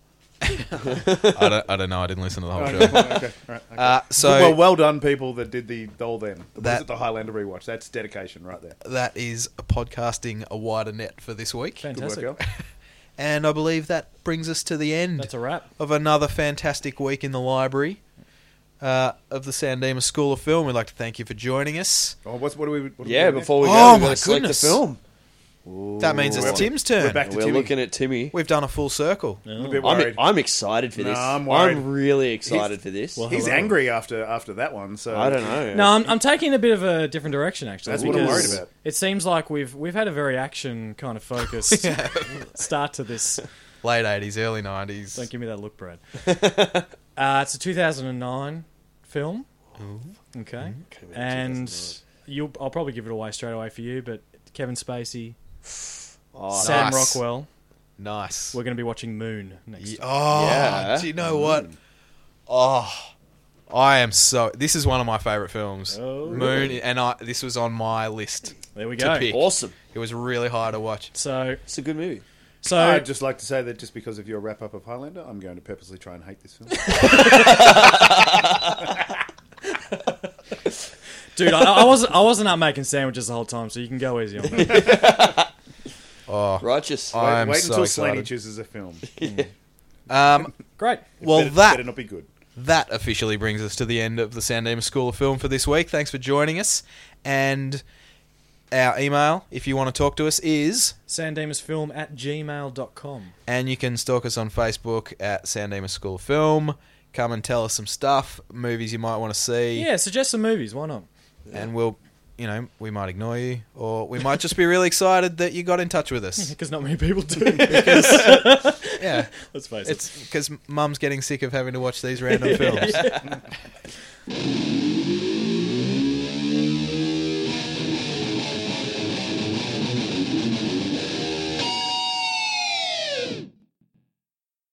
[SPEAKER 5] I don't, I don't know. I didn't listen to the whole
[SPEAKER 4] Okay.
[SPEAKER 5] show.
[SPEAKER 4] Oh, okay. All right.
[SPEAKER 5] Uh,
[SPEAKER 4] well,
[SPEAKER 5] so
[SPEAKER 4] well done, people that did the doll then. The, was
[SPEAKER 5] That-
[SPEAKER 4] it the Highlander rewatch? That's dedication right there.
[SPEAKER 5] that is podcasting a wider net for this week.
[SPEAKER 4] Good work,
[SPEAKER 1] Fantastic.
[SPEAKER 4] girl.
[SPEAKER 5] And I believe that brings us to the end
[SPEAKER 1] That's a wrap.
[SPEAKER 5] of another fantastic week in the library uh, of the Sandema School of Film. We'd like to thank you for joining us.
[SPEAKER 4] Oh, what's, what do we? What do
[SPEAKER 3] Yeah,
[SPEAKER 4] we do next?
[SPEAKER 3] before we go,
[SPEAKER 5] Oh
[SPEAKER 3] we've got
[SPEAKER 5] my
[SPEAKER 3] to select
[SPEAKER 5] goodness.
[SPEAKER 3] the film.
[SPEAKER 5] That means
[SPEAKER 3] We're-
[SPEAKER 5] it's Tim's turn.
[SPEAKER 4] we're back to
[SPEAKER 3] We're
[SPEAKER 4] Timmy.
[SPEAKER 3] looking at Timmy.
[SPEAKER 5] We've done a full circle.
[SPEAKER 4] I'm a bit
[SPEAKER 3] I'm,
[SPEAKER 4] worried.
[SPEAKER 3] I'm excited for
[SPEAKER 4] No,
[SPEAKER 3] this.
[SPEAKER 4] I'm worried.
[SPEAKER 3] really excited
[SPEAKER 4] He's-
[SPEAKER 3] for this.
[SPEAKER 1] Well,
[SPEAKER 4] He's
[SPEAKER 1] Hello.
[SPEAKER 4] angry after after that one. So
[SPEAKER 3] I don't
[SPEAKER 5] uh,
[SPEAKER 3] know.
[SPEAKER 1] No, I'm, I'm taking a bit of a different direction actually.
[SPEAKER 4] That's what I'm
[SPEAKER 1] because
[SPEAKER 4] worried about.
[SPEAKER 1] It seems like we've we've had a very action kind of focused start to this.
[SPEAKER 5] Late 80s, early 90s.
[SPEAKER 1] Don't give me that look, Brad. uh, it's a 2009 film. Okay.
[SPEAKER 3] Came out in
[SPEAKER 1] And
[SPEAKER 3] 2009.
[SPEAKER 1] you'll, I'll probably give it away straight away for you, but Kevin Spacey,
[SPEAKER 3] Oh,
[SPEAKER 5] So-
[SPEAKER 1] Sam
[SPEAKER 5] nice.
[SPEAKER 1] Rockwell.
[SPEAKER 5] Nice.
[SPEAKER 1] We're going to be watching Moon next.
[SPEAKER 5] Ye- Oh,
[SPEAKER 3] Yeah.
[SPEAKER 5] do you know what?
[SPEAKER 4] Mm.
[SPEAKER 5] Oh, I am so. This is one of my favorite films.
[SPEAKER 1] Oh,
[SPEAKER 5] Moon, and I. This was on my list.
[SPEAKER 1] There we
[SPEAKER 5] To
[SPEAKER 1] go.
[SPEAKER 5] pick.
[SPEAKER 3] awesome.
[SPEAKER 5] It was really hard to watch.
[SPEAKER 1] So,
[SPEAKER 3] It's a good movie.
[SPEAKER 1] so
[SPEAKER 4] I'd just like to say that just because of your wrap up of Highlander, I'm going to purposely try and hate this film.
[SPEAKER 1] dude, I, I wasn't I wasn't out making sandwiches the whole time, so you can go easy on me.
[SPEAKER 5] Oh,
[SPEAKER 3] Righteous.
[SPEAKER 5] I
[SPEAKER 4] Wait,
[SPEAKER 5] am
[SPEAKER 4] wait
[SPEAKER 5] so
[SPEAKER 4] until Slaney
[SPEAKER 5] excited.
[SPEAKER 4] chooses a film. It
[SPEAKER 5] Um,
[SPEAKER 1] Great.
[SPEAKER 5] well,
[SPEAKER 4] better,
[SPEAKER 5] that
[SPEAKER 4] better not be good.
[SPEAKER 5] that officially brings us to the end of the San Dimas School of Film for this week. Thanks for joining us. And our email, if you want to talk to us, is
[SPEAKER 1] Sandemusfilm at gmail.com.
[SPEAKER 5] And you can stalk us on Facebook at San Dimas School of Film. Come and tell us some stuff, movies you might want to see.
[SPEAKER 1] Yeah, suggest some movies. Why not?
[SPEAKER 5] And we'll, you know, we might ignore you or we might just be really excited that you got in touch with us.
[SPEAKER 1] Because not many people do.
[SPEAKER 5] Yeah.
[SPEAKER 1] Let's face it.
[SPEAKER 5] It's because mum's getting sick of having to watch these random films.